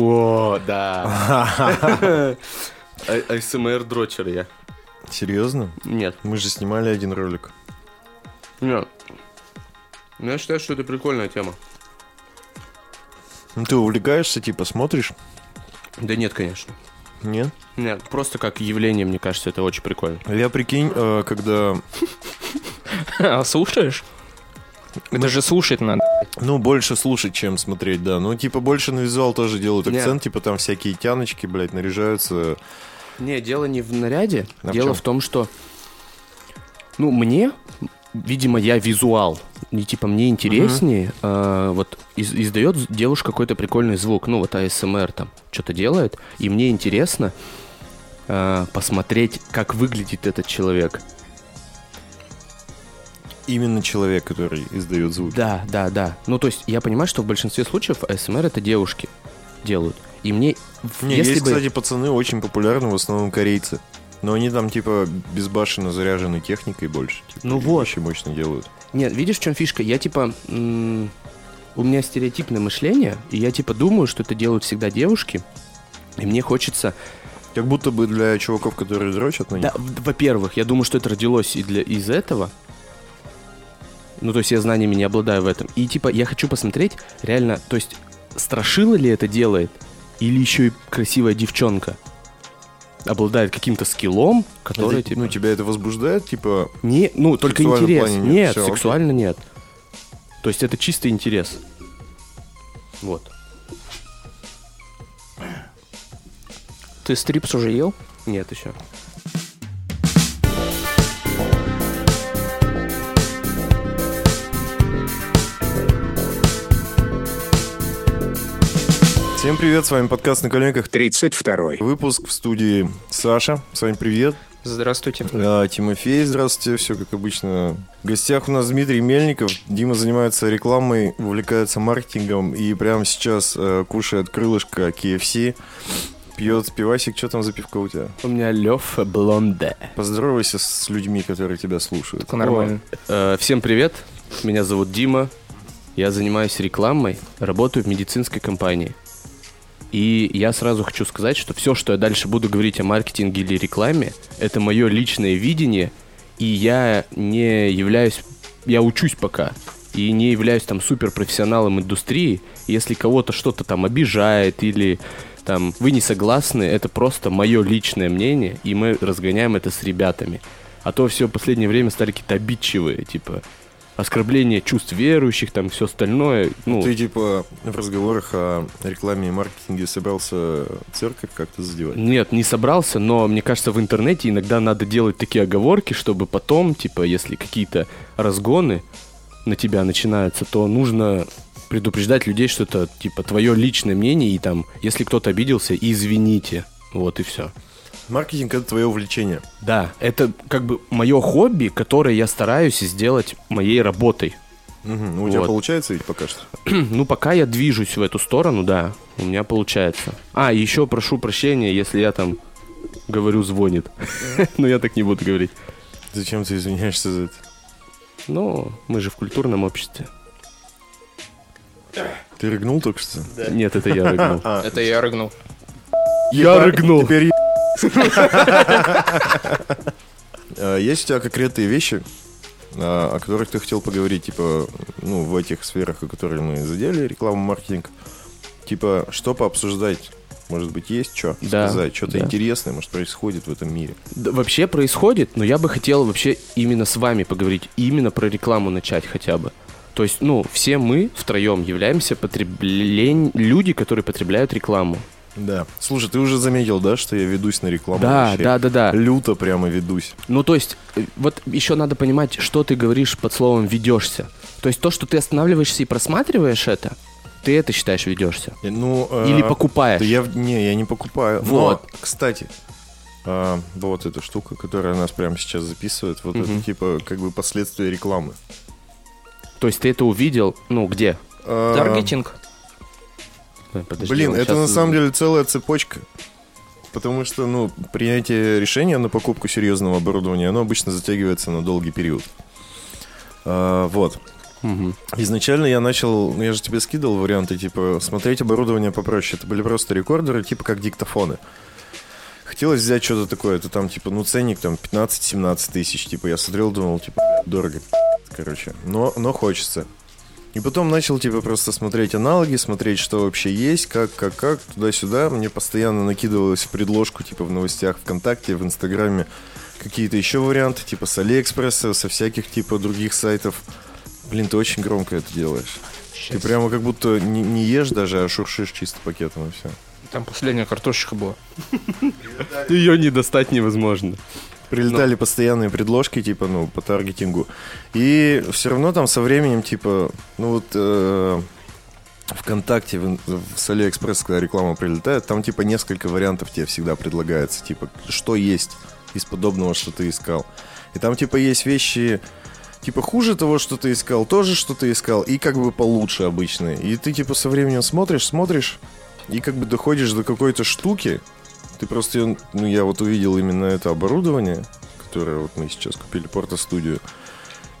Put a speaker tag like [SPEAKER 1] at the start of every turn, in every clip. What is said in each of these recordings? [SPEAKER 1] О, да. А, АСМР дрочер я.
[SPEAKER 2] Серьезно?
[SPEAKER 1] Нет.
[SPEAKER 2] Мы же снимали один ролик.
[SPEAKER 1] Нет. Ну, я считаю, что это прикольная тема.
[SPEAKER 2] Ну, ты увлекаешься, типа, смотришь?
[SPEAKER 1] Да нет, конечно.
[SPEAKER 2] Нет?
[SPEAKER 1] Нет, просто как явление, мне кажется, это очень прикольно.
[SPEAKER 2] Я прикинь, э, когда...
[SPEAKER 3] А слушаешь? Это же слушать надо.
[SPEAKER 2] Ну, больше слушать, чем смотреть, да. Ну, типа, больше на визуал тоже делают
[SPEAKER 1] Не.
[SPEAKER 2] акцент. Типа, там всякие тяночки, блядь, наряжаются.
[SPEAKER 1] Не, дело не в наряде.
[SPEAKER 2] А в
[SPEAKER 1] дело
[SPEAKER 2] чем?
[SPEAKER 1] в том, что... Ну, мне, видимо, я визуал. И, типа, мне интереснее, а, вот, из- издает девушка какой-то прикольный звук, ну, вот АСМР там что-то делает, и мне интересно а, посмотреть, как выглядит этот человек.
[SPEAKER 2] Именно человек, который издает звуки.
[SPEAKER 1] Да, да, да. Ну, то есть, я понимаю, что в большинстве случаев А АСМР это девушки делают. И мне, в-
[SPEAKER 2] Не,
[SPEAKER 1] если
[SPEAKER 2] есть,
[SPEAKER 1] бы...
[SPEAKER 2] кстати, пацаны очень популярны, в основном корейцы. Но они там, типа, безбашенно заряжены техникой больше. типа,
[SPEAKER 1] Ну
[SPEAKER 2] и
[SPEAKER 1] вот.
[SPEAKER 2] Очень мощно делают.
[SPEAKER 1] Нет, видишь, в чем фишка? Я типа... м, у меня стереотипное мышление, и я типа думаю, что это делают всегда девушки. И мне хочется...
[SPEAKER 2] Как будто бы для чуваков, которые дрочат на них.
[SPEAKER 1] Да, в- во-первых, я думаю, что это родилось и для, из этого. Ну, то есть я знаниями не обладаю в этом. И типа я хочу посмотреть, реально, то есть страшила ли это делает? Или еще и красивая девчонка? Обладает каким-то скиллом,
[SPEAKER 2] Это,
[SPEAKER 1] который, типа...
[SPEAKER 2] Ну, тебя это возбуждает, типа...
[SPEAKER 1] Не, ну, только
[SPEAKER 2] сексуальном
[SPEAKER 1] интерес.
[SPEAKER 2] плане
[SPEAKER 1] нет,
[SPEAKER 2] нет, всё, окей.
[SPEAKER 1] сексуально нет. То есть это чистый интерес. Вот.
[SPEAKER 3] Ты стрипс уже ел?
[SPEAKER 1] Нет еще.
[SPEAKER 2] Всем привет, с вами подкаст «На коленках».
[SPEAKER 4] 32.
[SPEAKER 2] Выпуск в студии Саша. С вами привет.
[SPEAKER 3] Здравствуйте.
[SPEAKER 2] А, Тимофей, здравствуйте. Все как обычно. В гостях у нас Дмитрий Мельников. Дима занимается рекламой, увлекается маркетингом и прямо сейчас э, кушает крылышко KFC. Пьет пивасик. Что там за пивко у тебя?
[SPEAKER 1] У меня Лев Блонде.
[SPEAKER 2] Поздоровайся с людьми, которые тебя слушают.
[SPEAKER 3] Только нормально.
[SPEAKER 1] Э, всем привет. Меня зовут Дима. Я занимаюсь рекламой, работаю в медицинской компании. И я сразу хочу сказать, что все, что я дальше буду говорить о маркетинге или рекламе, это мое личное видение, и я не являюсь, я учусь пока, и не являюсь там суперпрофессионалом индустрии. Если кого-то что-то там обижает или там вы не согласны, это просто мое личное мнение, и мы разгоняем это с ребятами. А то все в последнее время стали какие-то обидчивые, типа оскорбление чувств верующих, там все остальное. Ну,
[SPEAKER 2] Ты типа в разговорах о рекламе и маркетинге собрался церковь как-то задевать?
[SPEAKER 1] Нет, не собрался, но мне кажется, в интернете иногда надо делать такие оговорки, чтобы потом, типа, если какие-то разгоны на тебя начинаются, то нужно предупреждать людей, что это, типа, твое личное мнение, и там, если кто-то обиделся, извините. Вот и все.
[SPEAKER 2] Маркетинг это твое увлечение.
[SPEAKER 1] Да, это как бы мое хобби, которое я стараюсь сделать моей работой.
[SPEAKER 2] Мгм. Ну, У тебя
[SPEAKER 1] Вот.
[SPEAKER 2] получается ведь пока что?
[SPEAKER 1] Ну, пока я движусь в эту сторону, да, у меня получается. А, еще прошу прощения, если я там говорю звонит. Но я так не буду говорить.
[SPEAKER 2] Зачем ты извиняешься за это?
[SPEAKER 1] Ну, мы же в культурном обществе.
[SPEAKER 2] Ты рыгнул только что?
[SPEAKER 1] Нет, это я рыгнул.
[SPEAKER 2] А.
[SPEAKER 3] Это я рыгнул.
[SPEAKER 1] Я рыгнул.
[SPEAKER 2] Теперь е- А, Есть у тебя конкретные вещи, а, о которых ты хотел поговорить, типа, ну, в этих сферах, о которых мы задели, рекламу, маркетинг? Типа, что пообсуждать? Может быть, есть что
[SPEAKER 1] Да,
[SPEAKER 2] сказать? Что-то
[SPEAKER 1] да.
[SPEAKER 2] интересное, может, происходит в этом мире?
[SPEAKER 1] Да, Вообще происходит, но я бы хотел вообще именно с вами поговорить, именно про рекламу начать хотя бы. То есть, ну, все мы втроем являемся потреблен... люди, которые потребляют рекламу.
[SPEAKER 2] Да. Слушай, ты уже заметил, да, что я ведусь на рекламу?
[SPEAKER 1] Да,
[SPEAKER 2] вообще?
[SPEAKER 1] да, да, да.
[SPEAKER 2] Люто прямо ведусь.
[SPEAKER 1] Ну, то есть, э, вот еще надо понимать, что ты говоришь под словом ведешься. То есть то, что ты останавливаешься и просматриваешь это, ты это считаешь ведешься.
[SPEAKER 2] Э, Ну, э,
[SPEAKER 1] Или покупаешь.
[SPEAKER 2] Да я в- не, я не покупаю. Но,
[SPEAKER 1] Вот.
[SPEAKER 2] кстати, а, вот эта штука, которая нас прямо сейчас записывает, вот
[SPEAKER 1] Мгм.
[SPEAKER 2] это типа как бы последствия рекламы.
[SPEAKER 1] То есть ты это увидел, ну, где?
[SPEAKER 2] А,
[SPEAKER 3] Таргетинг.
[SPEAKER 1] Ой, подожди,
[SPEAKER 2] Блин,
[SPEAKER 1] он
[SPEAKER 2] это
[SPEAKER 1] щас-
[SPEAKER 2] на самом деле целая цепочка. Потому что, ну, принятие решения на покупку серьезного оборудования, оно обычно затягивается на долгий период. А, вот.
[SPEAKER 1] Мгм.
[SPEAKER 2] Изначально я начал, ну, я же тебе скидывал варианты, типа, смотреть оборудование попроще. Это были просто рекордеры, типа, как диктофоны. Хотелось взять что-то такое, это там, типа, ну, ценник там 15-17 тысяч, типа, я смотрел, думал, типа, дорого, короче, но, но хочется. И потом начал, типа, просто смотреть аналоги, смотреть, что вообще есть, как, как, как, туда-сюда. Мне постоянно накидывалось в предложку, типа, в новостях ВКонтакте, в Инстаграме, какие-то еще варианты, типа, с Алиэкспресса, со всяких, типа, других сайтов. Блин, ты очень громко это делаешь. Ты прямо как будто не, не ешь даже, а шуршишь чисто пакетом и все.
[SPEAKER 3] Там последняя картошечка была.
[SPEAKER 1] Ее не достать невозможно.
[SPEAKER 2] Прилетали постоянные предложки, типа, ну, по таргетингу. И все равно там со временем, типа, ну вот э, ВКонтакте, в ин- в- с Алиэкспресс, когда реклама прилетает, там, типа, несколько вариантов тебе всегда предлагается, типа, что есть из подобного, что ты искал. И там, типа, есть вещи, типа, хуже того, что ты искал, тоже, что ты искал, и как бы получше обычные. И ты, типа, со временем смотришь, смотришь, и как бы доходишь до какой-то штуки, ты просто, её- ну я вот увидел именно это оборудование, которое вот мы сейчас купили, порто-студию,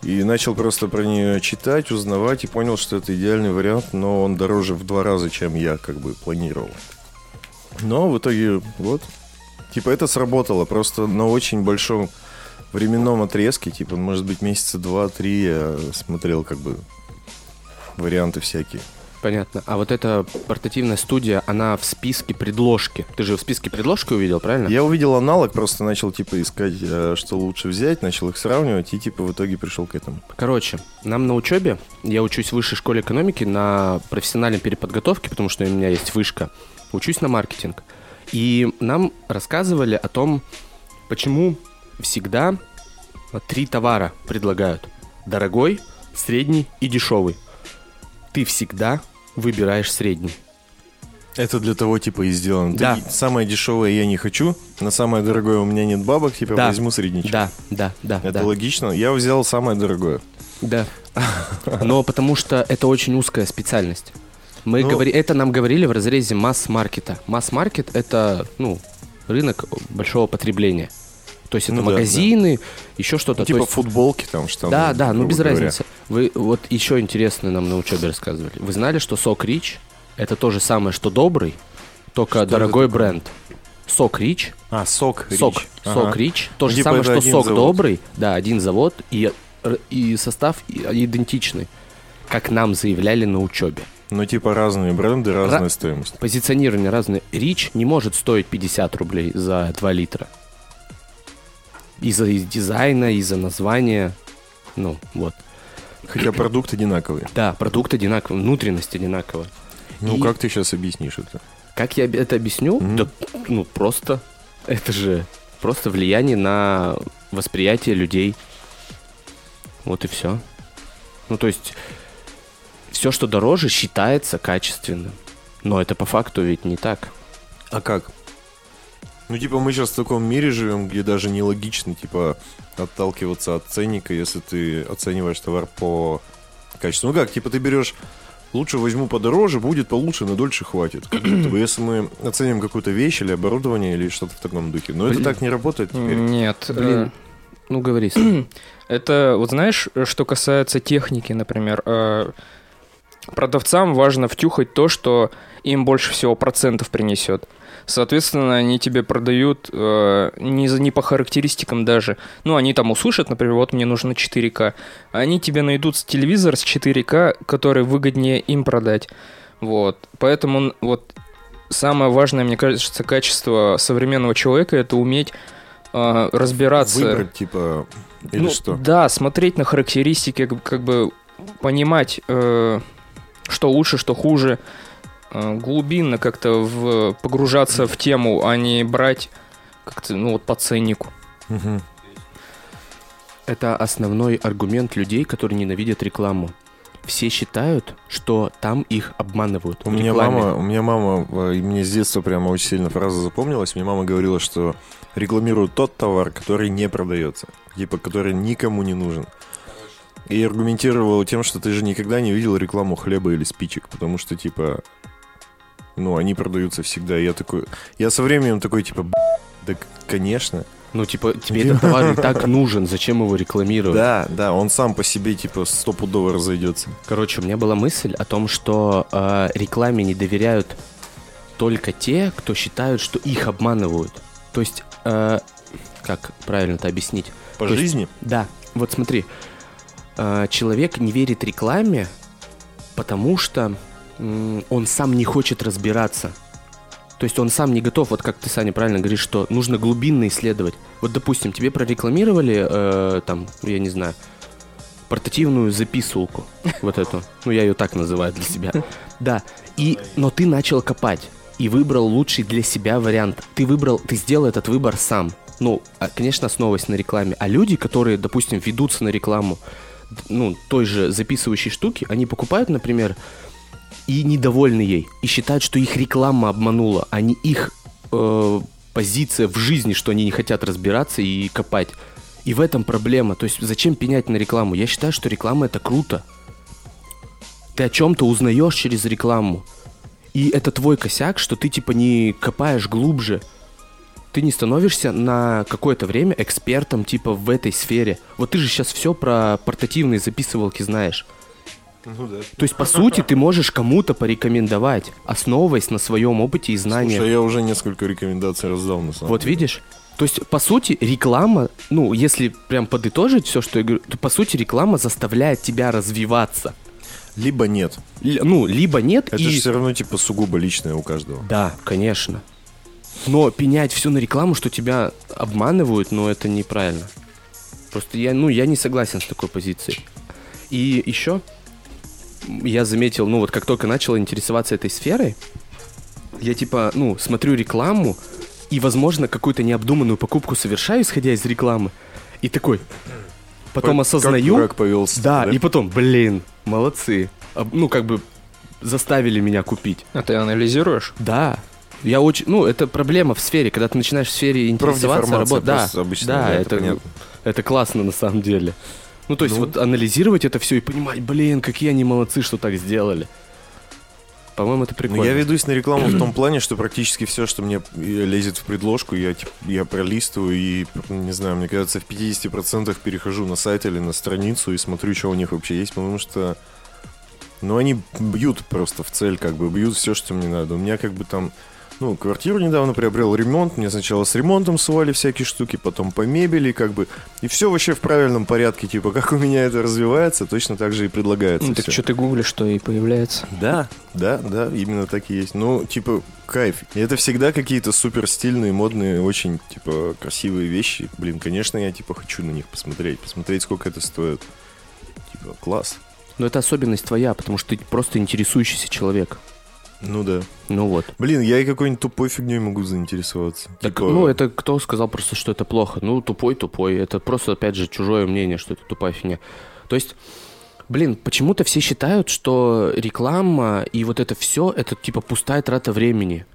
[SPEAKER 2] и начал просто про нее читать, узнавать, и понял, что это идеальный вариант, но он дороже в два раза, чем я как бы планировал. Но в итоге вот, типа это сработало, просто на очень большом временном отрезке, типа, ну, может быть, месяца два-три я смотрел как бы варианты всякие.
[SPEAKER 1] Понятно. А вот эта портативная студия, она в списке предложки. Ты же в списке предложки увидел, правильно?
[SPEAKER 2] Я увидел аналог, просто начал типа искать, э, что лучше взять, начал их сравнивать и типа в итоге пришел к этому.
[SPEAKER 1] Короче, нам на учебе, я учусь в высшей школе экономики на профессиональной переподготовке, потому что у меня есть вышка, учусь на маркетинг. И нам рассказывали о том, почему всегда три товара предлагают. Дорогой, средний и дешевый. Ты всегда выбираешь средний.
[SPEAKER 2] Это для того типа и сделано. Ты-
[SPEAKER 1] Да.
[SPEAKER 2] самое дешевое я не хочу, на самое дорогое у меня нет бабок, типа
[SPEAKER 1] Да.
[SPEAKER 2] возьму средничек.
[SPEAKER 1] Да, да, да.
[SPEAKER 2] Это
[SPEAKER 1] да.
[SPEAKER 2] логично. Я взял самое дорогое.
[SPEAKER 1] Да. Но потому что это очень узкая специальность. Мы
[SPEAKER 2] Ну-
[SPEAKER 1] говори... Это нам говорили в разрезе масс-маркета. Масс-маркет — это ну, рынок большого потребления. То есть это
[SPEAKER 2] Ну да,
[SPEAKER 1] магазины, еще что-то.
[SPEAKER 2] Ну,
[SPEAKER 1] То
[SPEAKER 2] типа
[SPEAKER 1] есть-
[SPEAKER 2] футболки там что
[SPEAKER 1] Да, да, ну без разницы. Вы вот еще интересно нам на учебе рассказывали. Вы знали, что сок Рич — это то же самое, что добрый, только
[SPEAKER 2] Что это
[SPEAKER 1] дорогой бренд. Сок Рич
[SPEAKER 2] А, сок.
[SPEAKER 1] Сок,
[SPEAKER 2] Рич.
[SPEAKER 1] сок
[SPEAKER 2] Ага.
[SPEAKER 1] Рич. То
[SPEAKER 2] Ну,
[SPEAKER 1] же
[SPEAKER 2] типа
[SPEAKER 1] самое,
[SPEAKER 2] это
[SPEAKER 1] что
[SPEAKER 2] один
[SPEAKER 1] сок
[SPEAKER 2] завод.
[SPEAKER 1] добрый, да, один завод, и, р- и состав и- идентичный, как нам заявляли на учебе.
[SPEAKER 2] Ну типа разные бренды, разная
[SPEAKER 1] Ра-
[SPEAKER 2] стоимость.
[SPEAKER 1] Позиционирование разное. Рич не может стоить 50 рублей за 2 литра. Из-за из- дизайна, из-за названия. Ну, вот.
[SPEAKER 2] Хотя продукт одинаковый.
[SPEAKER 1] Да, продукт одинаковый, внутренность одинакова.
[SPEAKER 2] Ну
[SPEAKER 1] И-
[SPEAKER 2] как ты сейчас объяснишь это?
[SPEAKER 1] Как я обе- это объясню?
[SPEAKER 2] Мгм.
[SPEAKER 1] Да, ну, просто. Это же просто влияние на восприятие людей. Вот и все. Ну, то есть, все, что дороже, считается качественным. Но это по факту ведь не так.
[SPEAKER 2] А как? Ну, типа, мы сейчас в таком мире живем, где даже нелогично, типа, отталкиваться от ценника, если ты оцениваешь товар по качеству. Ну как, типа, ты берешь, лучше возьму подороже, будет получше, на дольше хватит. Как будто бы, если мы оценим какую-то вещь или оборудование, или что-то в таком духе. Но это
[SPEAKER 1] Блин.
[SPEAKER 2] так не работает теперь.
[SPEAKER 3] Нет.
[SPEAKER 1] Блин.
[SPEAKER 3] э,
[SPEAKER 1] Ну, говори. Сань.
[SPEAKER 3] Это, вот знаешь, э, что касается техники, например, э, продавцам важно втюхать то, что им больше всего процентов принесет. Соответственно, они тебе продают э, не, за- не по характеристикам даже. Ну, они там услышат, например, вот мне нужно 4К. Они тебе найдут с- телевизор с 4К, который выгоднее им продать. Вот. Поэтому н- вот самое важное, мне кажется, качество современного человека это уметь э, разбираться.
[SPEAKER 2] Выбрать, типа, или
[SPEAKER 3] Ну,
[SPEAKER 2] что?
[SPEAKER 3] Да, смотреть на характеристики, как, бы- как бы понимать, э, что лучше, что хуже, э, глубинно как-то в, погружаться в тему, а не брать как-то, ну вот по ценнику.
[SPEAKER 2] Мгм.
[SPEAKER 1] Это основной аргумент людей, которые ненавидят рекламу. Все считают, что там их обманывают.
[SPEAKER 2] У
[SPEAKER 1] в
[SPEAKER 2] меня
[SPEAKER 1] рекламе.
[SPEAKER 2] мама, у меня мама, э, и мне с детства прямо очень сильно фраза запомнилась. Мне мама говорила, что рекламируют тот товар, который не продается, типа который никому не нужен. И аргументировала тем, что ты же никогда не видел рекламу хлеба или спичек, потому что типа, ну они продаются всегда. И Я такой, я со временем такой типа, «Б***ь, да к- конечно.
[SPEAKER 1] Ну, типа, тебе этот товар и так нужен, зачем его рекламировать?
[SPEAKER 2] Да, да, он сам по себе, типа, стопудово разойдется.
[SPEAKER 1] Короче, у меня была мысль о том, что э, рекламе не доверяют только те, кто считают, что их обманывают. То есть, э, как правильно это объяснить?
[SPEAKER 2] По
[SPEAKER 1] То есть-
[SPEAKER 2] жизни?
[SPEAKER 1] Да, вот смотри, э, человек не верит рекламе, потому что м, он сам не хочет разбираться. То есть он сам не готов, вот как ты, Саня, правильно говоришь, что нужно глубинно исследовать. Вот, допустим, тебе прорекламировали, э, там, я не знаю, портативную записывалку, вот эту. Ну, я ее так называю для себя. Да, и, но ты начал копать и выбрал лучший для себя вариант. Ты выбрал, ты сделал этот выбор сам. Ну, а, конечно, основываясь на рекламе. А люди, которые, допустим, ведутся на рекламу, д- ну, той же записывающей штуки, они покупают, например, и недовольны ей, и считают, что их реклама обманула, а не их э, позиция в жизни, что они не хотят разбираться и копать. И в этом проблема. То есть зачем пенять на рекламу? Я считаю, что реклама это круто. Ты о чем-то узнаешь через рекламу. И это твой косяк, что ты типа не копаешь глубже. Ты не становишься на какое-то время экспертом типа в этой сфере. Вот ты же сейчас все про портативные записывалки знаешь.
[SPEAKER 2] Ну да.
[SPEAKER 1] То есть, по сути, ты можешь кому-то порекомендовать, основываясь на своем опыте и знаниях.
[SPEAKER 2] Слушай, я уже несколько рекомендаций раздал, на самом
[SPEAKER 1] Вот
[SPEAKER 2] деле.
[SPEAKER 1] видишь? То есть, по сути, реклама, ну, если прям подытожить все, что я говорю, то, по сути, реклама заставляет тебя развиваться.
[SPEAKER 2] Либо нет.
[SPEAKER 1] Л- ну, либо нет,
[SPEAKER 2] Это
[SPEAKER 1] и...
[SPEAKER 2] же все равно, типа, сугубо личное у каждого.
[SPEAKER 1] Да, конечно. Но пенять все на рекламу, что тебя обманывают, ну, это неправильно. Просто я, ну, я не согласен с такой позицией. И еще я заметил, ну, вот как только начал интересоваться этой сферой, я типа, ну, смотрю рекламу и, возможно, какую-то необдуманную покупку совершаю, исходя из рекламы. И такой, потом
[SPEAKER 2] Как-
[SPEAKER 1] осознаю...
[SPEAKER 2] Как дурак повелся.
[SPEAKER 1] да, и потом, блин, молодцы. А, Ну, как бы заставили меня купить.
[SPEAKER 3] А ты анализируешь?
[SPEAKER 1] Да. Я очень, ну, это проблема в сфере, когда ты начинаешь в сфере интересоваться,
[SPEAKER 2] Профдеформация
[SPEAKER 1] работать. Да,
[SPEAKER 2] просто обычно,
[SPEAKER 1] да,
[SPEAKER 2] да, это
[SPEAKER 1] это,
[SPEAKER 2] понятно.
[SPEAKER 1] это классно на самом деле. Ну, то есть
[SPEAKER 2] Ну.
[SPEAKER 1] вот анализировать это все и понимать, блин, какие они молодцы, что так сделали. По-моему, это
[SPEAKER 2] Ну,
[SPEAKER 1] прикольно.
[SPEAKER 2] я ведусь на рекламу в том плане, что практически все, что мне э, лезет в предложку, я, тип- я пролистываю и, не знаю, мне кажется, в 50% перехожу на сайт или на страницу и смотрю, что у них вообще есть, потому что, ну, они бьют просто в цель, как бы, бьют все, что мне надо. У меня как бы там, ну, квартиру недавно приобрел, ремонт, мне сначала с ремонтом сували всякие штуки, потом по мебели, как бы, и все вообще в правильном порядке, типа, как у меня это развивается, точно так же и предлагается.
[SPEAKER 3] Ну, так
[SPEAKER 2] всё.
[SPEAKER 3] что ты гуглишь, что и появляется.
[SPEAKER 2] Да, да, да, именно так и есть. Ну, типа, кайф. И это всегда какие-то супер стильные, модные, очень, типа, красивые вещи. Блин, конечно, я, типа, хочу на них посмотреть, посмотреть, сколько это стоит. Типа, класс.
[SPEAKER 1] Но это особенность твоя, потому что ты просто интересующийся человек.
[SPEAKER 2] Ну да.
[SPEAKER 1] Ну вот.
[SPEAKER 2] Блин, я и какой-нибудь тупой фигней могу заинтересоваться.
[SPEAKER 1] Так,
[SPEAKER 2] Типа,
[SPEAKER 1] ну, это кто сказал просто, что это плохо? Ну, тупой, тупой. Это просто, опять же, чужое мнение, что это тупая фигня. То есть, блин, почему-то все считают, что реклама и вот это все, это типа пустая трата времени.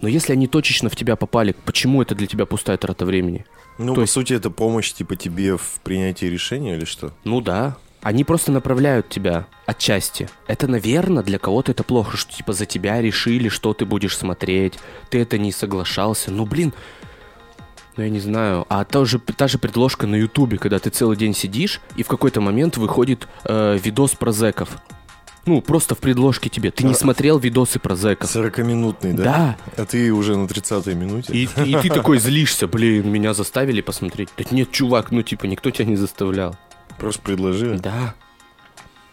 [SPEAKER 1] Но если они точечно в тебя попали, почему это для тебя пустая трата времени?
[SPEAKER 2] Ну,
[SPEAKER 1] то
[SPEAKER 2] по
[SPEAKER 1] есть-
[SPEAKER 2] сути, это помощь, типа, тебе в принятии решения или что?
[SPEAKER 1] Ну да. Они просто направляют тебя отчасти. Это, наверное, для кого-то это плохо, что типа за тебя решили, что ты будешь смотреть, ты это не соглашался. Ну блин, ну я не знаю. А та же, та же предложка на Ютубе, когда ты целый день сидишь, и в какой-то момент выходит э, видос про зэков. Ну, просто в предложке тебе. Ты не
[SPEAKER 2] А.
[SPEAKER 1] смотрел видосы про зэков.
[SPEAKER 2] 40-минутный, да?
[SPEAKER 1] Да.
[SPEAKER 2] А ты уже на 30-й минуте.
[SPEAKER 1] И, и ты такой злишься, блин, меня заставили посмотреть. Да нет, чувак, ну типа никто тебя не заставлял.
[SPEAKER 2] Просто предложили.
[SPEAKER 1] Да.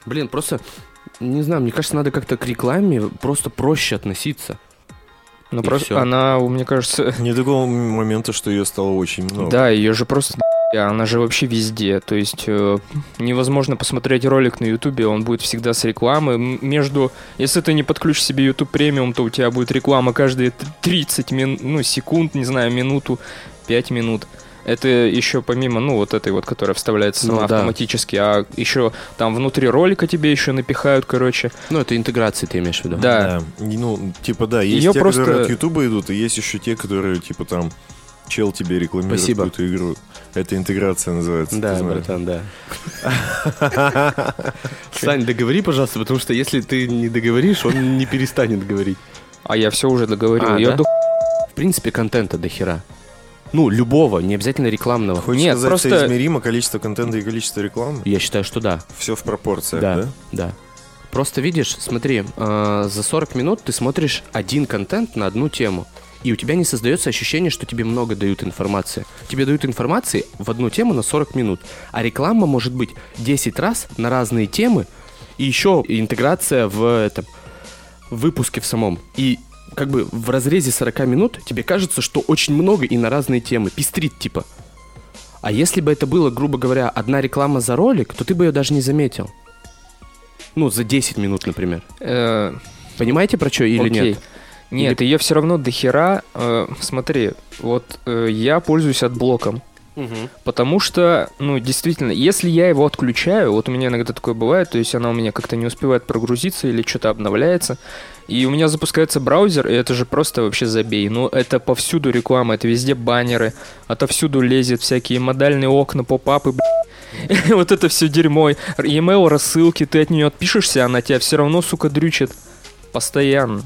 [SPEAKER 1] Блин, просто, не знаю, мне кажется, надо как-то к рекламе просто проще относиться. И
[SPEAKER 3] Ну,
[SPEAKER 1] всё.
[SPEAKER 3] просто она, мне кажется...
[SPEAKER 2] Не такого момента, что ее стало очень много.
[SPEAKER 3] Да, ее же просто... нахуя, Она же вообще везде. То есть э, невозможно посмотреть ролик на Ютубе, он будет всегда с рекламы. М- Между... Если ты не подключишь себе YouTube премиум, то у тебя будет реклама каждые т- 30 мин... ну, секунд, не знаю, минуту, 5 минут. Это еще помимо, ну, вот этой вот, которая вставляется
[SPEAKER 1] Ну
[SPEAKER 3] сама
[SPEAKER 1] да.
[SPEAKER 3] автоматически, а еще там внутри ролика тебе еще напихают, короче.
[SPEAKER 1] Ну, это интеграции ты имеешь в виду.
[SPEAKER 3] Да.
[SPEAKER 2] И, Ну, типа, да, есть
[SPEAKER 3] Её
[SPEAKER 2] те,
[SPEAKER 3] просто-
[SPEAKER 2] которые от Ютуба идут, и есть еще те, которые, типа, там, чел тебе рекламирует
[SPEAKER 1] Спасибо.
[SPEAKER 2] какую-то игру. Это интеграция называется.
[SPEAKER 1] Да,
[SPEAKER 2] ты знаешь.
[SPEAKER 1] братан, да. Сань, договори, пожалуйста, потому что если ты не договоришь, он не перестанет говорить.
[SPEAKER 3] А я все уже договорил.
[SPEAKER 1] А,
[SPEAKER 3] Её
[SPEAKER 1] да?
[SPEAKER 3] до
[SPEAKER 1] В принципе, контента до хера. Ну, любого, не обязательно рекламного.
[SPEAKER 2] Хочешь
[SPEAKER 3] Нет,
[SPEAKER 2] сказать,
[SPEAKER 3] просто-
[SPEAKER 2] что измеримо количество контента и количество рекламы?
[SPEAKER 1] Я считаю, что да.
[SPEAKER 2] Все в пропорциях,
[SPEAKER 1] да,
[SPEAKER 2] да?
[SPEAKER 1] да. Просто видишь, смотри, э, за 40 минут ты смотришь один контент на одну тему. И у тебя не создается ощущение, что тебе много дают информации. Тебе дают информации в одну тему на 40 минут. А реклама может быть 10 раз на разные темы. И еще интеграция в этом в выпуске в самом. И как бы в разрезе 40 минут тебе кажется, что очень много и на разные темы. Пестрит типа. А если бы это было, грубо говоря, одна реклама за ролик, то ты бы ее даже не заметил. Ну, за 10 минут, например.
[SPEAKER 3] Э,
[SPEAKER 1] Понимаете, про что или
[SPEAKER 3] Окей.
[SPEAKER 1] нет?
[SPEAKER 3] Нет, ее все равно до хера. э, смотри, вот э, я пользуюсь отблоком. Потому что, ну, действительно, если я его отключаю, вот у меня иногда такое бывает, то есть она у меня как-то не успевает прогрузиться или что-то обновляется, и у меня запускается браузер, и это же просто вообще забей. Ну, это повсюду реклама, это везде баннеры, отовсюду лезет всякие модальные окна, поп-апы, блядь. вот это все дерьмо. E-mail, рассылки, ты от нее отпишешься, она тебя все равно, сука, дрючит. Постоянно.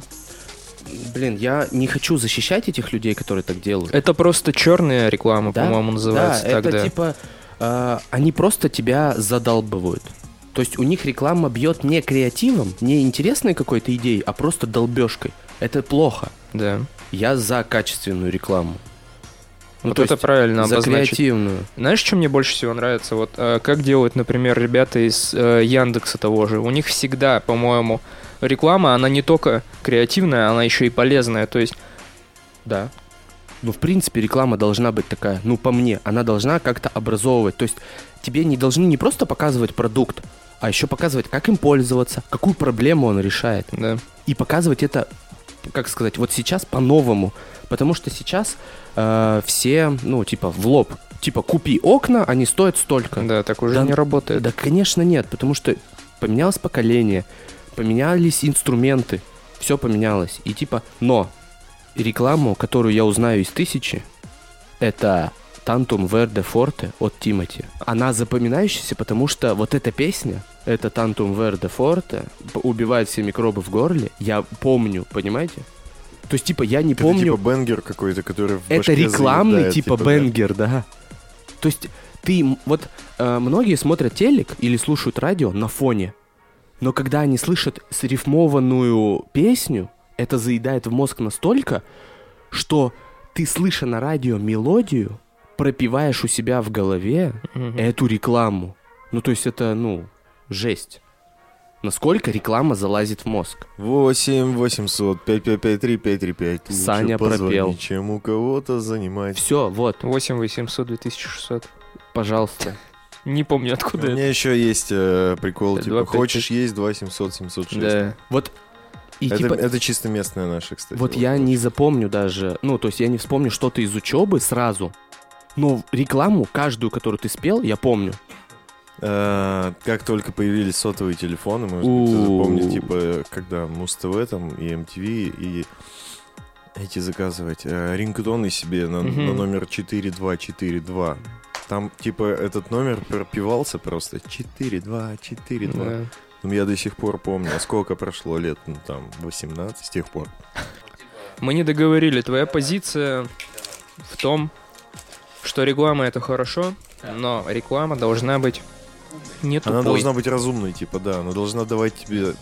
[SPEAKER 1] Блин, я не хочу защищать этих людей, которые так делают.
[SPEAKER 3] Это просто черная реклама,
[SPEAKER 1] Да?
[SPEAKER 3] по-моему, называется
[SPEAKER 1] да,
[SPEAKER 3] тогда.
[SPEAKER 1] это типа... э, они просто тебя задолбывают. То есть у них реклама бьет не креативом, не интересной какой-то идеей, а просто долбежкой. Это плохо.
[SPEAKER 3] Да.
[SPEAKER 1] Ну, Я за качественную рекламу. Ну,
[SPEAKER 3] вот
[SPEAKER 1] то
[SPEAKER 3] это
[SPEAKER 1] есть
[SPEAKER 3] правильно
[SPEAKER 1] за
[SPEAKER 3] обозначить.
[SPEAKER 1] креативную.
[SPEAKER 3] Знаешь, что мне больше всего нравится? Вот э, как делают, например, ребята из э, Яндекса того же. У них всегда, по-моему, реклама, она не только креативная, она еще и полезная. То есть, да.
[SPEAKER 1] Ну, в принципе, реклама должна быть такая, ну, по мне, она должна как-то образовывать. То есть тебе не должны не просто показывать продукт, а еще показывать, как им пользоваться, какую проблему он решает.
[SPEAKER 3] Да.
[SPEAKER 1] И показывать это, как сказать, вот сейчас по-новому. Потому что сейчас э, все, ну, типа, в лоб. Типа, купи окна, они стоят столько.
[SPEAKER 3] Да, так уже
[SPEAKER 1] Да,
[SPEAKER 3] не работает.
[SPEAKER 1] Да, конечно, нет, потому что поменялось поколение, поменялись инструменты, все поменялось. И типа, но рекламу, которую я узнаю из тысячи, это Тантум Верде Форте от Тимати. Она запоминающаяся, потому что вот эта песня, это Тантум Верде Форте, п- убивает все микробы в горле. Я помню, понимаете? То есть, типа, я не
[SPEAKER 2] Это
[SPEAKER 1] помню...
[SPEAKER 2] типа бенгер какой-то, который в
[SPEAKER 1] Это
[SPEAKER 2] башке
[SPEAKER 1] рекламный
[SPEAKER 2] заедает,
[SPEAKER 1] типа
[SPEAKER 2] да.
[SPEAKER 1] бенгер, да. То есть ты м- вот э, многие смотрят телек или слушают радио на фоне, но когда они слышат срифмованную песню, это заедает в мозг настолько, что ты слыша на радио мелодию, пропиваешь у себя в голове
[SPEAKER 3] Мгм.
[SPEAKER 1] эту рекламу. Ну то есть это ну жесть. Насколько реклама залазит в мозг?
[SPEAKER 2] 8 800 5553 535. Лучше
[SPEAKER 1] Саня
[SPEAKER 2] позвони,
[SPEAKER 1] пропел.
[SPEAKER 2] чем у кого-то занимает.
[SPEAKER 1] Все, вот,
[SPEAKER 3] 8800 2600.
[SPEAKER 1] пожалуйста.
[SPEAKER 3] Не
[SPEAKER 2] У
[SPEAKER 3] помню,
[SPEAKER 1] Ну,
[SPEAKER 3] откуда это.
[SPEAKER 2] меня еще есть э, прикол,
[SPEAKER 3] Это
[SPEAKER 2] типа,
[SPEAKER 3] 255.
[SPEAKER 2] хочешь есть 2 700 706.
[SPEAKER 3] Да.
[SPEAKER 1] Вот и
[SPEAKER 2] это,
[SPEAKER 1] типа-
[SPEAKER 2] это чисто местная наша, кстати.
[SPEAKER 1] Вот я не запомню даже, ну, то есть я не вспомню что-то из учебы сразу, но рекламу, каждую, которую ты спел, я помню.
[SPEAKER 2] Э, как только появились сотовые телефоны, мы
[SPEAKER 1] У-у-у.
[SPEAKER 2] запомнили, типа, когда Муз ТВ там и MTV, и эти заказывать э, рингтоны себе на,
[SPEAKER 3] Мгм.
[SPEAKER 2] на номер 4242. Там, типа, этот номер пропивался просто 4242.
[SPEAKER 3] Да.
[SPEAKER 2] Ну, я до сих пор помню, а сколько прошло лет, ну, там, 18 с тех пор.
[SPEAKER 3] Мы не договорили. Твоя позиция в том, что реклама это хорошо, но реклама должна быть не тупой.
[SPEAKER 2] Она должна быть разумной, типа, да, она должна давать тебе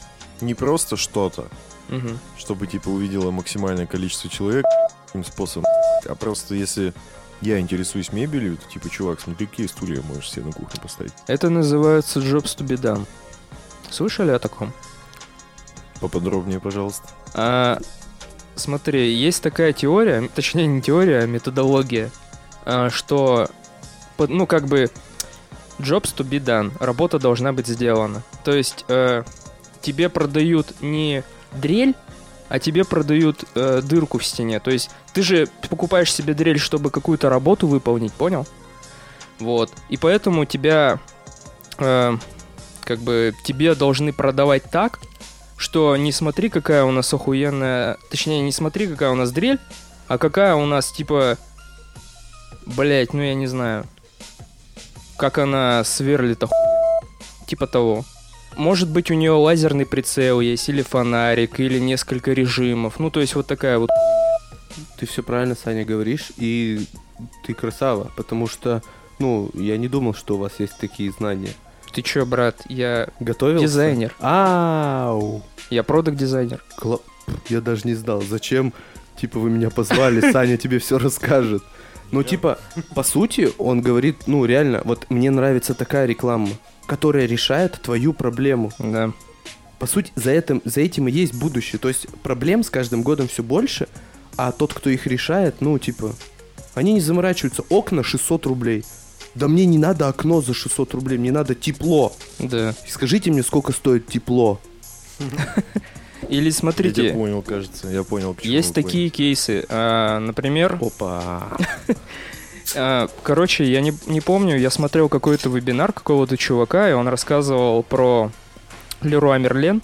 [SPEAKER 2] не просто что-то,
[SPEAKER 3] Мгм.
[SPEAKER 2] чтобы, типа, увидело максимальное количество человек таким способом, а просто если я интересуюсь мебелью, то, типа, чувак, смотри, какие стулья можешь себе на кухне поставить.
[SPEAKER 3] Это называется Jobs to be done. Слышали о таком?
[SPEAKER 2] Поподробнее, пожалуйста.
[SPEAKER 3] А, смотри, есть такая теория, точнее не теория, а методология, а, что, по- ну как бы, jobs to be done, работа должна быть сделана. То есть э, тебе продают не дрель, а тебе продают э, дырку в стене. То есть ты же покупаешь себе дрель, чтобы какую-то работу выполнить, понял? Вот. И поэтому тебя, э, как бы, тебе должны продавать так, что не смотри, какая у нас охуенная... Точнее, не смотри, какая у нас дрель, а какая у нас, типа... Блять, ну я не знаю. Как она сверлит оху... Типа того. Может быть, у нее лазерный прицел есть, или фонарик, или несколько режимов. Ну, то есть вот такая вот...
[SPEAKER 1] Ты все правильно, Саня, говоришь, и ты красава, потому что, ну, я не думал, что у вас есть такие знания.
[SPEAKER 3] Ты чё, брат, я
[SPEAKER 1] Готовился?
[SPEAKER 3] дизайнер.
[SPEAKER 1] Ау!
[SPEAKER 3] Я продакт-дизайнер.
[SPEAKER 1] Кла- Я даже не знал, зачем, типа, вы меня позвали, Саня тебе все расскажет. Ну, типа, по сути, он говорит, ну, реально, вот мне нравится такая реклама, которая решает твою проблему.
[SPEAKER 3] Да.
[SPEAKER 1] По сути, за этим, за этим и есть будущее. То есть проблем с каждым годом все больше, а тот, кто их решает, ну, типа, они не заморачиваются. Окна 600 рублей. Да мне не надо окно за 600 рублей, мне надо тепло.
[SPEAKER 3] Да.
[SPEAKER 1] Скажите мне, сколько стоит тепло.
[SPEAKER 3] Или
[SPEAKER 2] Я тебя
[SPEAKER 3] смотрите,
[SPEAKER 2] понял, кажется. Я понял, почему.
[SPEAKER 3] есть
[SPEAKER 2] вы поняли.
[SPEAKER 3] такие кейсы. а, Например,
[SPEAKER 1] Опа.
[SPEAKER 3] А, Короче, я не, не помню, я смотрел какой-то вебинар какого-то чувака, и он рассказывал про Леруа Мерлен,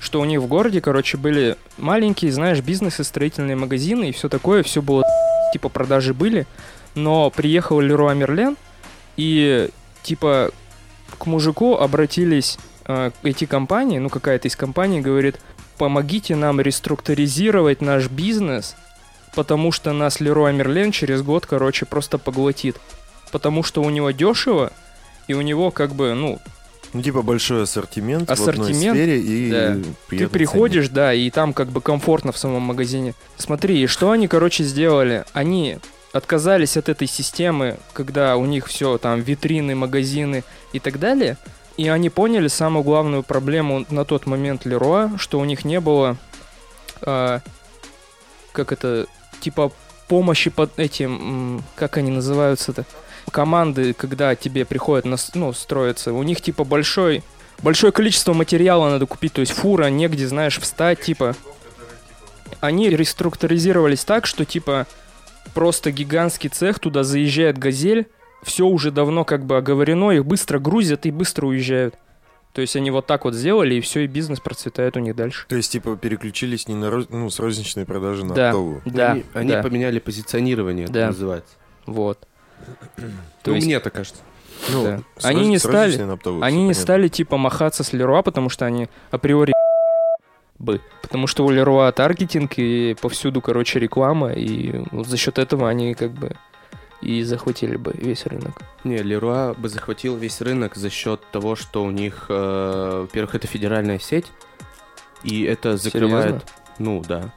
[SPEAKER 3] что у них в городе, короче, были маленькие, знаешь, бизнесы, строительные магазины и все такое, все было типа продажи были, но приехал Леруа Мерлен, и типа к мужику обратились э, эти компании, ну какая-то из компаний говорит, помогите нам реструктуризировать наш бизнес, потому что нас Леруа Мерлен через год, короче, просто поглотит. Потому что у него дешево, и у него как бы, ну,
[SPEAKER 2] Ну, типа большой ассортимент, в одной
[SPEAKER 3] Ассортимент,
[SPEAKER 2] сфере и
[SPEAKER 3] да. ты
[SPEAKER 2] приятный
[SPEAKER 3] приходишь, да, и там как бы комфортно в самом магазине. Смотри, и что они, короче, сделали? Они отказались от этой системы, когда у них все там витрины, магазины и так далее. И они поняли самую главную проблему на тот момент Леруа, что у них не было, а, как это, типа помощи под этим, м, как они называются-то, команды, когда тебе приходят, на, с- ну, строятся, у них типа большой, большое количество материала надо купить, то есть фура, негде, знаешь, встать, типа. Они реструктуризировались так, что типа просто гигантский цех, туда заезжает газель, все уже давно как бы оговорено, их быстро грузят и быстро уезжают. То есть они вот так вот сделали, и все, и бизнес процветает у них дальше.
[SPEAKER 2] ценник. То есть, типа, переключились не на роз- ну, с розничной продажи на
[SPEAKER 3] Да.
[SPEAKER 2] оптовую.
[SPEAKER 3] Да,
[SPEAKER 1] они они
[SPEAKER 3] да,
[SPEAKER 1] поменяли позиционирование, это
[SPEAKER 3] Да.
[SPEAKER 1] называется.
[SPEAKER 3] вот.
[SPEAKER 1] ну, мне так кажется.
[SPEAKER 2] Ну,
[SPEAKER 3] Да.
[SPEAKER 2] с
[SPEAKER 3] Они
[SPEAKER 2] роз-
[SPEAKER 3] не
[SPEAKER 2] с
[SPEAKER 3] стали-
[SPEAKER 2] розничной на оптовую,
[SPEAKER 3] Они
[SPEAKER 2] всё
[SPEAKER 3] не
[SPEAKER 2] понятно.
[SPEAKER 3] стали типа махаться с Леруа, потому что они априори бы. Потому что у Леруа таргетинг и повсюду, короче, реклама, и вот за счет этого они как бы и захватили бы весь рынок.
[SPEAKER 1] Не, Леруа бы захватил весь рынок за счет того, что у них, э, во-первых, это федеральная сеть, и это закрывает...
[SPEAKER 3] Серьезно?
[SPEAKER 1] Ну, да.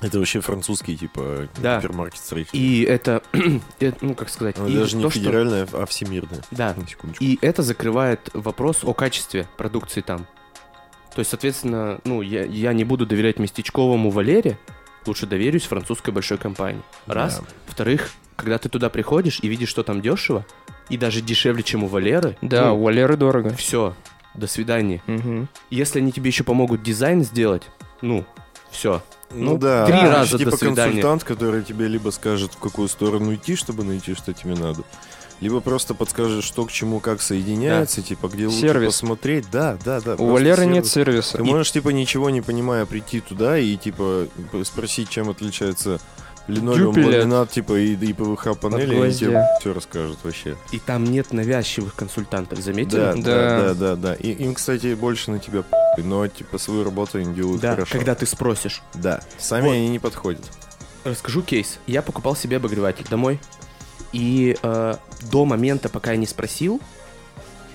[SPEAKER 2] Это вообще французский, типа,
[SPEAKER 1] Да.
[SPEAKER 2] супермаркет строительный.
[SPEAKER 1] И это, э, ну как сказать,
[SPEAKER 2] Ну,
[SPEAKER 1] и
[SPEAKER 2] даже не
[SPEAKER 1] то, что-
[SPEAKER 2] федеральная, а всемирная.
[SPEAKER 1] да.
[SPEAKER 2] На секундочку.
[SPEAKER 1] И это закрывает вопрос о качестве продукции там. То есть, соответственно, ну я, я не буду доверять местечковому Валере, лучше доверюсь французской большой компании. Раз.
[SPEAKER 2] Да.
[SPEAKER 1] Во-вторых, когда ты туда приходишь и видишь, что там дешево, и даже дешевле, чем у Валеры,
[SPEAKER 3] Да, у Валеры дорого.
[SPEAKER 1] все, до свидания.
[SPEAKER 3] Мгм.
[SPEAKER 1] Если они тебе еще помогут дизайн сделать, ну, все.
[SPEAKER 2] Ну,
[SPEAKER 1] Ну,
[SPEAKER 2] да.
[SPEAKER 1] три
[SPEAKER 2] а,
[SPEAKER 1] раза
[SPEAKER 2] значит,
[SPEAKER 1] до
[SPEAKER 2] типа
[SPEAKER 1] свидания.
[SPEAKER 2] консультант, который тебе либо скажет, в какую сторону идти, чтобы найти, что тебе надо, либо просто подскажет, что к чему, как соединяется, типа, где лучше
[SPEAKER 3] Сервис.
[SPEAKER 2] посмотреть. Да, да, да.
[SPEAKER 3] У
[SPEAKER 2] просто
[SPEAKER 3] Валеры
[SPEAKER 2] сервис.
[SPEAKER 3] нет сервиса.
[SPEAKER 2] Ты
[SPEAKER 3] И-
[SPEAKER 2] можешь, типа, ничего не понимая, прийти туда и, типа, п- спросить, чем отличается линолеум,
[SPEAKER 3] Дюпеля.
[SPEAKER 2] ламинат, типа, и, и ПВХ-панели, и они
[SPEAKER 3] гвоздя.
[SPEAKER 2] тебе все расскажут вообще.
[SPEAKER 1] И там нет навязчивых консультантов, заметили?
[SPEAKER 2] Да, да,
[SPEAKER 3] Да.
[SPEAKER 2] да, да, да. И им, кстати, больше на тебя п***й, но, типа, свою работу они делают
[SPEAKER 1] Да,
[SPEAKER 2] хорошо.
[SPEAKER 1] когда ты спросишь.
[SPEAKER 2] Да, сами
[SPEAKER 1] Вот.
[SPEAKER 2] они не подходят.
[SPEAKER 1] Расскажу кейс. Я покупал себе обогреватель домой. И э, до момента, пока я не спросил,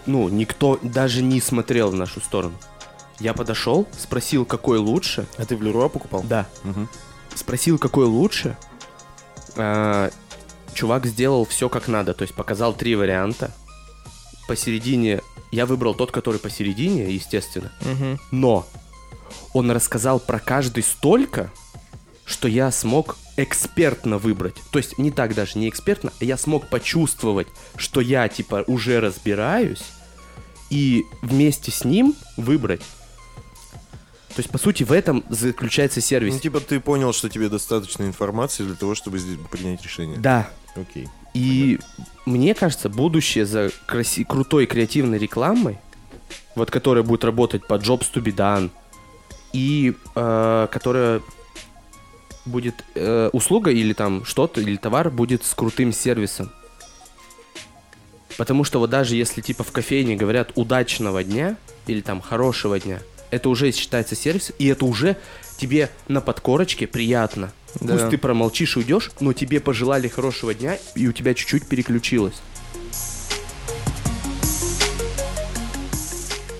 [SPEAKER 1] ну, никто даже не смотрел в нашу сторону. Я подошел, спросил, какой лучше.
[SPEAKER 2] А ты в Леруа покупал?
[SPEAKER 1] Да.
[SPEAKER 2] Мгм.
[SPEAKER 1] Спросил, какой лучше. Э, чувак сделал все как надо. То есть показал три варианта. Посередине... Я выбрал тот, который посередине, естественно.
[SPEAKER 3] Мгм. А
[SPEAKER 1] Но он рассказал про каждый столько, что я смог экспертно выбрать. То есть не так даже, не экспертно, а я смог почувствовать, что я типа уже разбираюсь, и вместе с ним выбрать. То есть, по сути, в этом заключается сервис.
[SPEAKER 2] Ну, типа, ты понял, что тебе достаточно информации для того, чтобы здесь принять решение.
[SPEAKER 1] Да.
[SPEAKER 2] Окей.
[SPEAKER 1] И мне кажется, будущее за краси- крутой креативной рекламой, вот которая будет работать по Jobs to be done, и э, которая будет э, услуга или там что-то, или товар будет с крутым сервисом. Потому что вот даже если типа в кофейне говорят удачного дня или там хорошего дня, это уже считается сервис, и это уже тебе на подкорочке приятно.
[SPEAKER 3] Да.
[SPEAKER 1] Пусть ты промолчишь и уйдешь, но тебе пожелали хорошего дня, и у тебя чуть-чуть переключилось.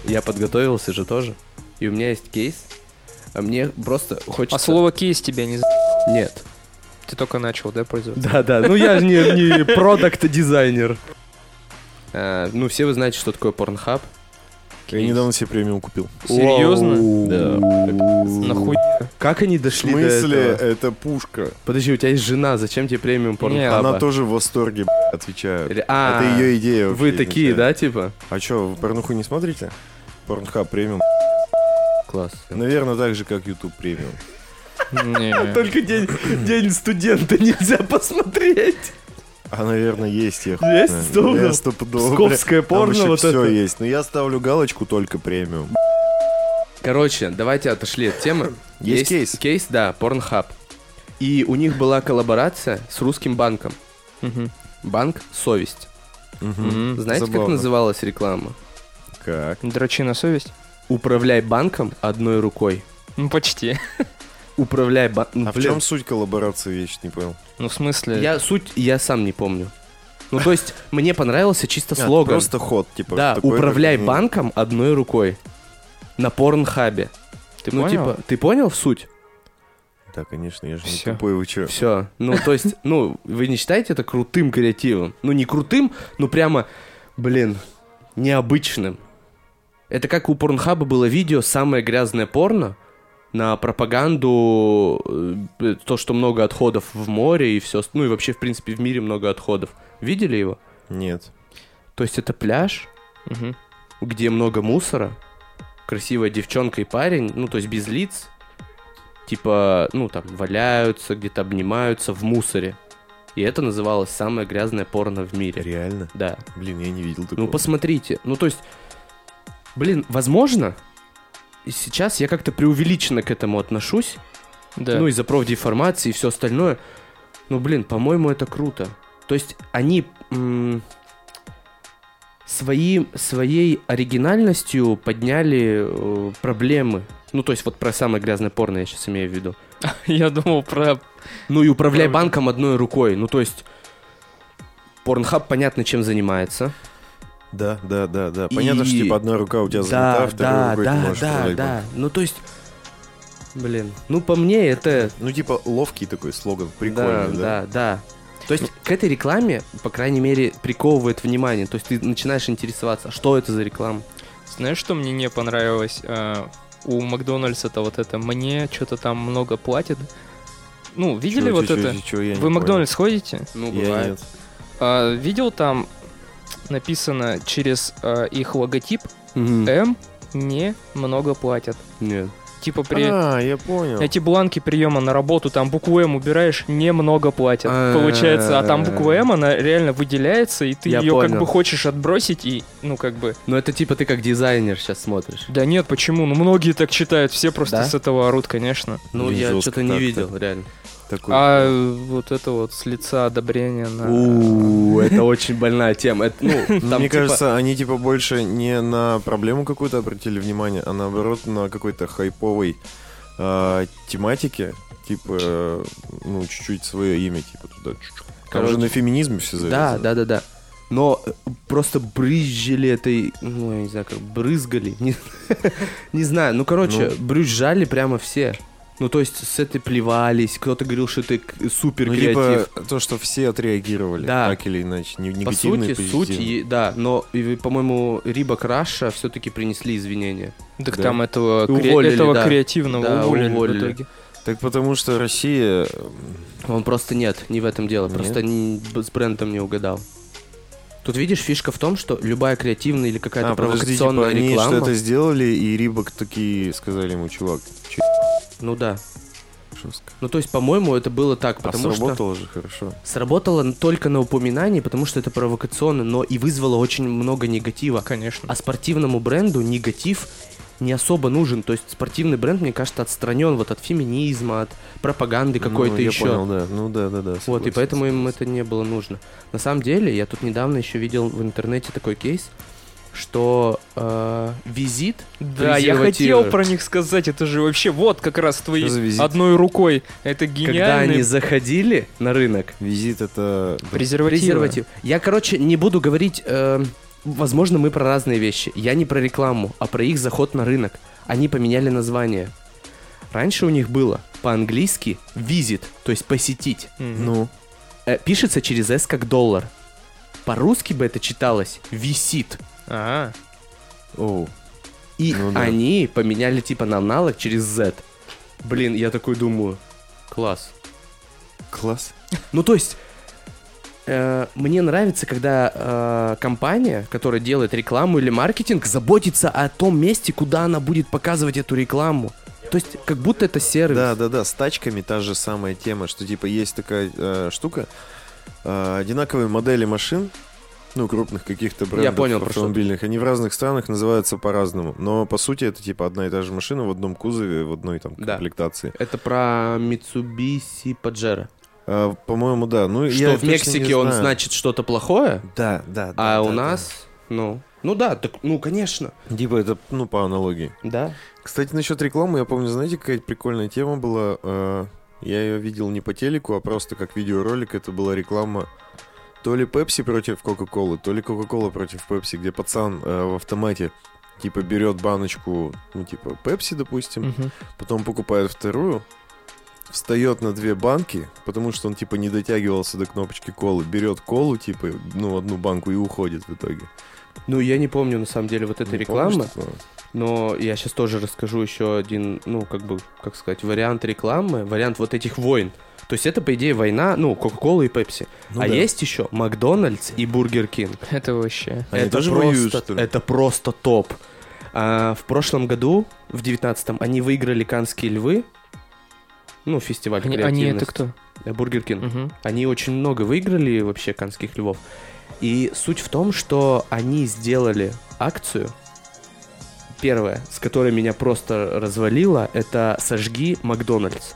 [SPEAKER 1] Я подготовился же тоже, и у меня есть кейс. А мне просто хочется...
[SPEAKER 3] А слово кейс тебя не... за-
[SPEAKER 1] Нет.
[SPEAKER 3] Ты только начал, да, пользоваться?
[SPEAKER 1] Да-да, ну я же не, не продакт-дизайнер. А, ну, все вы знаете, что такое порнхаб.
[SPEAKER 2] Я недавно себе премиум купил.
[SPEAKER 3] Серьезно?
[SPEAKER 1] Да.
[SPEAKER 3] Нахуй?
[SPEAKER 1] Как они
[SPEAKER 2] В
[SPEAKER 1] дошли до
[SPEAKER 2] смысле,
[SPEAKER 1] этого?
[SPEAKER 2] это пушка.
[SPEAKER 1] Подожди, у тебя есть жена, зачем тебе премиум порнхаба?
[SPEAKER 2] Она тоже в восторге, б***ь, отвечаю.
[SPEAKER 1] Или- Э, А,
[SPEAKER 2] это ее идея.
[SPEAKER 1] Вы
[SPEAKER 2] вообще,
[SPEAKER 1] такие,
[SPEAKER 2] не знаю.
[SPEAKER 1] да, типа?
[SPEAKER 2] А что, вы порнуху не смотрите? Порнхаб премиум.
[SPEAKER 1] Класс.
[SPEAKER 2] Наверное, так же, как YouTube премиум.
[SPEAKER 3] Не.
[SPEAKER 1] Только день, день студента нельзя посмотреть.
[SPEAKER 2] А, наверное, есть, я хуй
[SPEAKER 1] Есть
[SPEAKER 2] знаю.
[SPEAKER 1] стопудово?
[SPEAKER 2] Да, стопудово,
[SPEAKER 1] Псковское
[SPEAKER 2] бля. Там
[SPEAKER 1] порно
[SPEAKER 2] ещё
[SPEAKER 1] вот
[SPEAKER 2] всё
[SPEAKER 1] это.
[SPEAKER 2] есть. Но я ставлю галочку только премиум.
[SPEAKER 1] Короче, давайте отошли от темы.
[SPEAKER 2] Есть кейс?
[SPEAKER 1] Кейс, да, порнхаб. И у них была коллаборация с русским банком.
[SPEAKER 3] Мгм.
[SPEAKER 1] Банк «Совесть».
[SPEAKER 2] Мгм.
[SPEAKER 3] Мгм.
[SPEAKER 1] Знаете, как
[SPEAKER 2] Хм, Забавно.
[SPEAKER 1] называлась реклама?
[SPEAKER 2] Как?
[SPEAKER 3] Дрочи на совесть?
[SPEAKER 1] Управляй банком одной рукой.
[SPEAKER 3] Ну, почти.
[SPEAKER 1] Управляй банком.
[SPEAKER 2] А в чем суть коллаборации вещь, не понял?
[SPEAKER 3] Ну, в смысле...
[SPEAKER 1] Я суть, я сам не помню. Ну, то есть, мне понравился чисто
[SPEAKER 2] А,
[SPEAKER 1] слоган.
[SPEAKER 2] Просто ход, типа.
[SPEAKER 1] Да,
[SPEAKER 2] такой,
[SPEAKER 1] управляй
[SPEAKER 2] как, ну,
[SPEAKER 1] банком одной рукой. На порнхабе.
[SPEAKER 3] Ты
[SPEAKER 1] ну,
[SPEAKER 3] понял?
[SPEAKER 1] типа, ты понял в суть?
[SPEAKER 2] Да, конечно, я же не
[SPEAKER 3] Всё.
[SPEAKER 2] тупой, вы чё?
[SPEAKER 1] Все. Ну, то есть, ну, вы не считаете это крутым креативом? Ну, не крутым, но прямо, блин, необычным. Это как у порнхаба было видео «Самое грязное порно» на пропаганду, э, то, что много отходов в море и все. Ну, и вообще, в принципе, в мире много отходов. Видели его?
[SPEAKER 2] Нет.
[SPEAKER 1] То есть это пляж,
[SPEAKER 3] Мгм.
[SPEAKER 1] где много мусора, красивая девчонка и парень, ну, то есть без лиц, типа, ну, там, валяются, где-то обнимаются в мусоре. И это называлось самое грязное порно в мире.
[SPEAKER 2] Реально?
[SPEAKER 1] Да.
[SPEAKER 2] Блин, я не видел такого.
[SPEAKER 1] Ну, посмотрите. Ну, то есть, блин, возможно, и сейчас я как-то преувеличенно к этому отношусь,
[SPEAKER 3] Да.
[SPEAKER 1] ну, из-за профдеформации и все остальное. Ну, блин, по-моему, это круто. То есть они м, своим, своей оригинальностью подняли э, проблемы. Ну, то есть вот про самое грязное порно я сейчас имею в виду.
[SPEAKER 3] Я думал про...
[SPEAKER 1] Ну и управляй
[SPEAKER 3] Правда.
[SPEAKER 1] банком одной рукой. Ну, то есть... Порнхаб понятно, чем занимается.
[SPEAKER 2] Да, да, да, да.
[SPEAKER 1] И-
[SPEAKER 2] Понятно, что типа одна рука у тебя занята, а второй
[SPEAKER 1] да,
[SPEAKER 2] рукой
[SPEAKER 1] да,
[SPEAKER 2] ты можешь
[SPEAKER 1] да,
[SPEAKER 2] управлять
[SPEAKER 1] да. Ну, то есть... Блин, ну, по мне, это
[SPEAKER 2] банком. Ну, типа, ловкий такой слоган, прикольный, да? Ну,
[SPEAKER 1] да, да, да. То есть к этой рекламе, по крайней мере, приковывает внимание. То есть ты начинаешь интересоваться, а что это за реклама.
[SPEAKER 3] Знаешь, что мне не понравилось? А, У Макдональдса-то вот это «мне что-то там много платит». Ну, видели
[SPEAKER 2] Чё,
[SPEAKER 3] вот
[SPEAKER 2] чё,
[SPEAKER 3] это?
[SPEAKER 2] чё, чё, я не
[SPEAKER 3] Вы в
[SPEAKER 2] понял.
[SPEAKER 3] Макдональдс ходите?
[SPEAKER 1] Ну,
[SPEAKER 2] Я нет.
[SPEAKER 3] А, видел там написано через а, их логотип
[SPEAKER 1] Э?
[SPEAKER 3] М не много платят.
[SPEAKER 1] Нет.
[SPEAKER 3] Типа при
[SPEAKER 2] А, я понял.
[SPEAKER 3] эти бланки приема на работу, там букву М убираешь, немного платят.
[SPEAKER 1] А.
[SPEAKER 3] Получается, а там буква М, она реально выделяется, и ты
[SPEAKER 1] Я
[SPEAKER 3] ее как
[SPEAKER 1] понял.
[SPEAKER 3] бы хочешь отбросить, и ну как бы.
[SPEAKER 1] Но это типа ты как дизайнер сейчас смотришь.
[SPEAKER 3] Да нет, почему? Ну многие так читают, все просто
[SPEAKER 1] Да?
[SPEAKER 3] с этого орут, конечно.
[SPEAKER 1] Ну,
[SPEAKER 2] Блин,
[SPEAKER 1] я
[SPEAKER 2] жестко
[SPEAKER 1] что-то не
[SPEAKER 2] так-то.
[SPEAKER 1] видел, реально.
[SPEAKER 2] Такой.
[SPEAKER 3] А э, вот это вот с лица одобрения на.
[SPEAKER 1] У, А. это очень больная тема. Это, ну,
[SPEAKER 2] Ну,
[SPEAKER 1] там
[SPEAKER 2] Мне
[SPEAKER 1] типа-
[SPEAKER 2] кажется, они типа больше не на проблему какую-то обратили внимание, а наоборот на какой-то хайповой э, тематике, типа, э, ну, чуть-чуть свое имя, типа, туда чуть-чуть. Там
[SPEAKER 1] Короче,
[SPEAKER 2] же на феминизме все
[SPEAKER 1] Да,
[SPEAKER 2] завязано.
[SPEAKER 1] да, да, да. Но э, просто брызжили этой, ну, я не знаю, как брызгали. Не, не знаю, ну, короче, брызжали прямо все. Ну, то есть с этой плевались, кто-то говорил, что это к- супер
[SPEAKER 2] Ну,
[SPEAKER 1] креатив.
[SPEAKER 2] типа, то, что все отреагировали,
[SPEAKER 1] Да.
[SPEAKER 2] так или иначе, не-
[SPEAKER 1] По
[SPEAKER 2] негативно
[SPEAKER 1] сути,
[SPEAKER 2] и
[SPEAKER 1] суть,
[SPEAKER 2] позитивно.
[SPEAKER 1] е- да, но, и вы, по-моему, Риба Краша все-таки принесли извинения.
[SPEAKER 3] Так
[SPEAKER 2] Да.
[SPEAKER 3] там этого,
[SPEAKER 1] И
[SPEAKER 3] кре-
[SPEAKER 1] уволили,
[SPEAKER 3] этого
[SPEAKER 1] да.
[SPEAKER 3] креативного
[SPEAKER 1] Да,
[SPEAKER 3] уволили,
[SPEAKER 1] уволили.
[SPEAKER 3] в итоге.
[SPEAKER 2] Так потому что Россия... э,
[SPEAKER 1] Он просто нет, не в этом дело, просто не- б- с брендом не угадал. Тут видишь, фишка в том, что любая креативная или какая-то
[SPEAKER 2] а, подожди, типа,
[SPEAKER 1] провокационная
[SPEAKER 2] они
[SPEAKER 1] реклама.
[SPEAKER 2] что-то сделали, и Рибок такие сказали ему, чувак, ты чё,
[SPEAKER 1] Ну да.
[SPEAKER 2] жестко.
[SPEAKER 1] Ну то есть, по-моему, это было так, потому
[SPEAKER 2] а
[SPEAKER 1] что.
[SPEAKER 2] сработало же хорошо.
[SPEAKER 1] Сработало н- только на упоминании, потому что это провокационно, но и вызвало очень много негатива.
[SPEAKER 3] Конечно.
[SPEAKER 1] А спортивному бренду негатив не особо нужен. То есть спортивный бренд, мне кажется, отстранен вот от феминизма, от пропаганды какой-то
[SPEAKER 2] Ну, я
[SPEAKER 1] еще.
[SPEAKER 2] понял, да. Ну да, да, да.
[SPEAKER 1] Вот, и
[SPEAKER 2] согласен,
[SPEAKER 1] поэтому им
[SPEAKER 2] согласен.
[SPEAKER 1] это не было нужно. На самом деле, я тут недавно еще видел в интернете такой кейс, что э, визит
[SPEAKER 3] Да, я хотел
[SPEAKER 1] презервативы,
[SPEAKER 3] про них сказать, это же вообще вот как раз твои
[SPEAKER 2] Что за визит?
[SPEAKER 3] одной рукой.
[SPEAKER 1] когда
[SPEAKER 3] Это
[SPEAKER 1] они
[SPEAKER 3] гениальный
[SPEAKER 1] заходили на рынок,
[SPEAKER 2] Визит это...
[SPEAKER 3] презервативы.
[SPEAKER 1] Презерватив. Я, короче, не буду говорить. э, возможно, мы про разные вещи. Я не про рекламу, а про их заход на рынок. Они поменяли название. Раньше у них было по-английски визит, то есть посетить.
[SPEAKER 3] Мгм.
[SPEAKER 2] Ну,
[SPEAKER 1] Э, пишется через S как доллар. По-русски бы это читалось висит.
[SPEAKER 3] А,
[SPEAKER 2] оу.
[SPEAKER 1] И
[SPEAKER 2] Ну да.
[SPEAKER 1] они поменяли типа на аналог через Z. Блин, я такой думаю. Класс.
[SPEAKER 2] Класс.
[SPEAKER 1] Ну, то есть, э, мне нравится, когда э, компания, которая делает рекламу или маркетинг, заботится о том месте, куда она будет показывать эту рекламу. То есть, как будто это сервис.
[SPEAKER 2] Да, да, да, с тачками та же самая тема, что типа есть такая э, штука, э, одинаковые модели машин, ну, крупных каких-то брендов
[SPEAKER 1] понял, про что ты.
[SPEAKER 2] автомобильных, они в разных странах называются по-разному, но по сути это типа одна и та же машина в одном кузове, в одной там
[SPEAKER 1] Да.
[SPEAKER 2] комплектации.
[SPEAKER 1] Это про Mitsubishi Pajero.
[SPEAKER 2] Э, по-моему, да. Ну,
[SPEAKER 1] Что
[SPEAKER 2] я
[SPEAKER 1] в
[SPEAKER 2] точно не
[SPEAKER 1] Мексике он
[SPEAKER 2] знаю.
[SPEAKER 1] значит что-то плохое,
[SPEAKER 2] Да, да, да.
[SPEAKER 1] а у
[SPEAKER 2] да,
[SPEAKER 1] нас, ну, ну да, так, ну конечно,
[SPEAKER 2] да. Типа это, ну, по аналогии.
[SPEAKER 1] да.
[SPEAKER 2] Кстати, насчет рекламы, я помню, знаете, какая прикольная тема была? Э, Я ее видел не по телеку, а просто как видеоролик. Это была реклама то ли Пепси против Кока-Колы, то ли Кока-Кола против Пепси, где пацан э, в автомате типа берет баночку, ну типа Пепси, допустим,
[SPEAKER 3] мгм.
[SPEAKER 2] потом покупает вторую, встает на две банки, потому что он типа не дотягивался до кнопочки колы, берет колу, типа, ну одну банку и уходит в итоге.
[SPEAKER 1] Ну я не помню на самом деле вот этой
[SPEAKER 2] Не
[SPEAKER 1] рекламы.
[SPEAKER 2] помнишь такого?
[SPEAKER 1] Но я сейчас тоже расскажу еще один, ну, как бы, как сказать, вариант рекламы, вариант вот этих войн. То есть это, по идее, война, ну, Кока-Кола и Пепси.
[SPEAKER 2] Ну
[SPEAKER 1] а
[SPEAKER 2] да.
[SPEAKER 1] есть еще Макдональдс и Бургер Кинг.
[SPEAKER 3] Это вообще.
[SPEAKER 2] Они
[SPEAKER 1] это
[SPEAKER 2] тоже
[SPEAKER 1] просто,
[SPEAKER 2] воюют, что ли?
[SPEAKER 1] Это просто топ. А, в прошлом году, в 19-м, они выиграли Канские львы. Ну, фестиваль
[SPEAKER 3] Они, они
[SPEAKER 1] креативности.
[SPEAKER 3] это кто?
[SPEAKER 1] Э, Бургер Кинг.
[SPEAKER 3] Мгм.
[SPEAKER 1] Они очень много выиграли вообще канских львов. И суть в том, что они сделали акцию. Первое, с которой меня просто развалило, это сожги Макдональдс.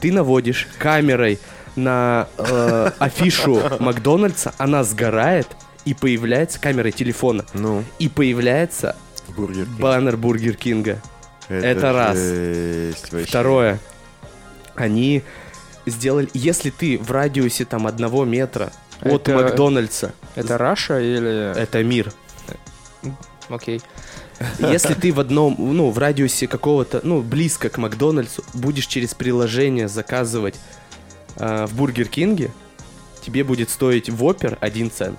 [SPEAKER 1] Ты наводишь камерой на э, афишу Макдональдса, она сгорает и появляется камерой телефона
[SPEAKER 2] Ну,
[SPEAKER 1] и появляется
[SPEAKER 2] бургер. Кинг.
[SPEAKER 1] баннер Бургер Кинга. Это раз.
[SPEAKER 2] жесть вообще.
[SPEAKER 1] Второе. Они сделали... Если ты в радиусе там одного метра от
[SPEAKER 3] Это-
[SPEAKER 1] Макдональдса,
[SPEAKER 3] Это Раша или...
[SPEAKER 1] это мир.
[SPEAKER 3] Окей. А
[SPEAKER 1] Если ты в одном, ну, в радиусе какого-то, ну, близко к Макдональдсу, будешь через приложение заказывать э, в Бургер Кинге, тебе будет стоить вопер 1 цент.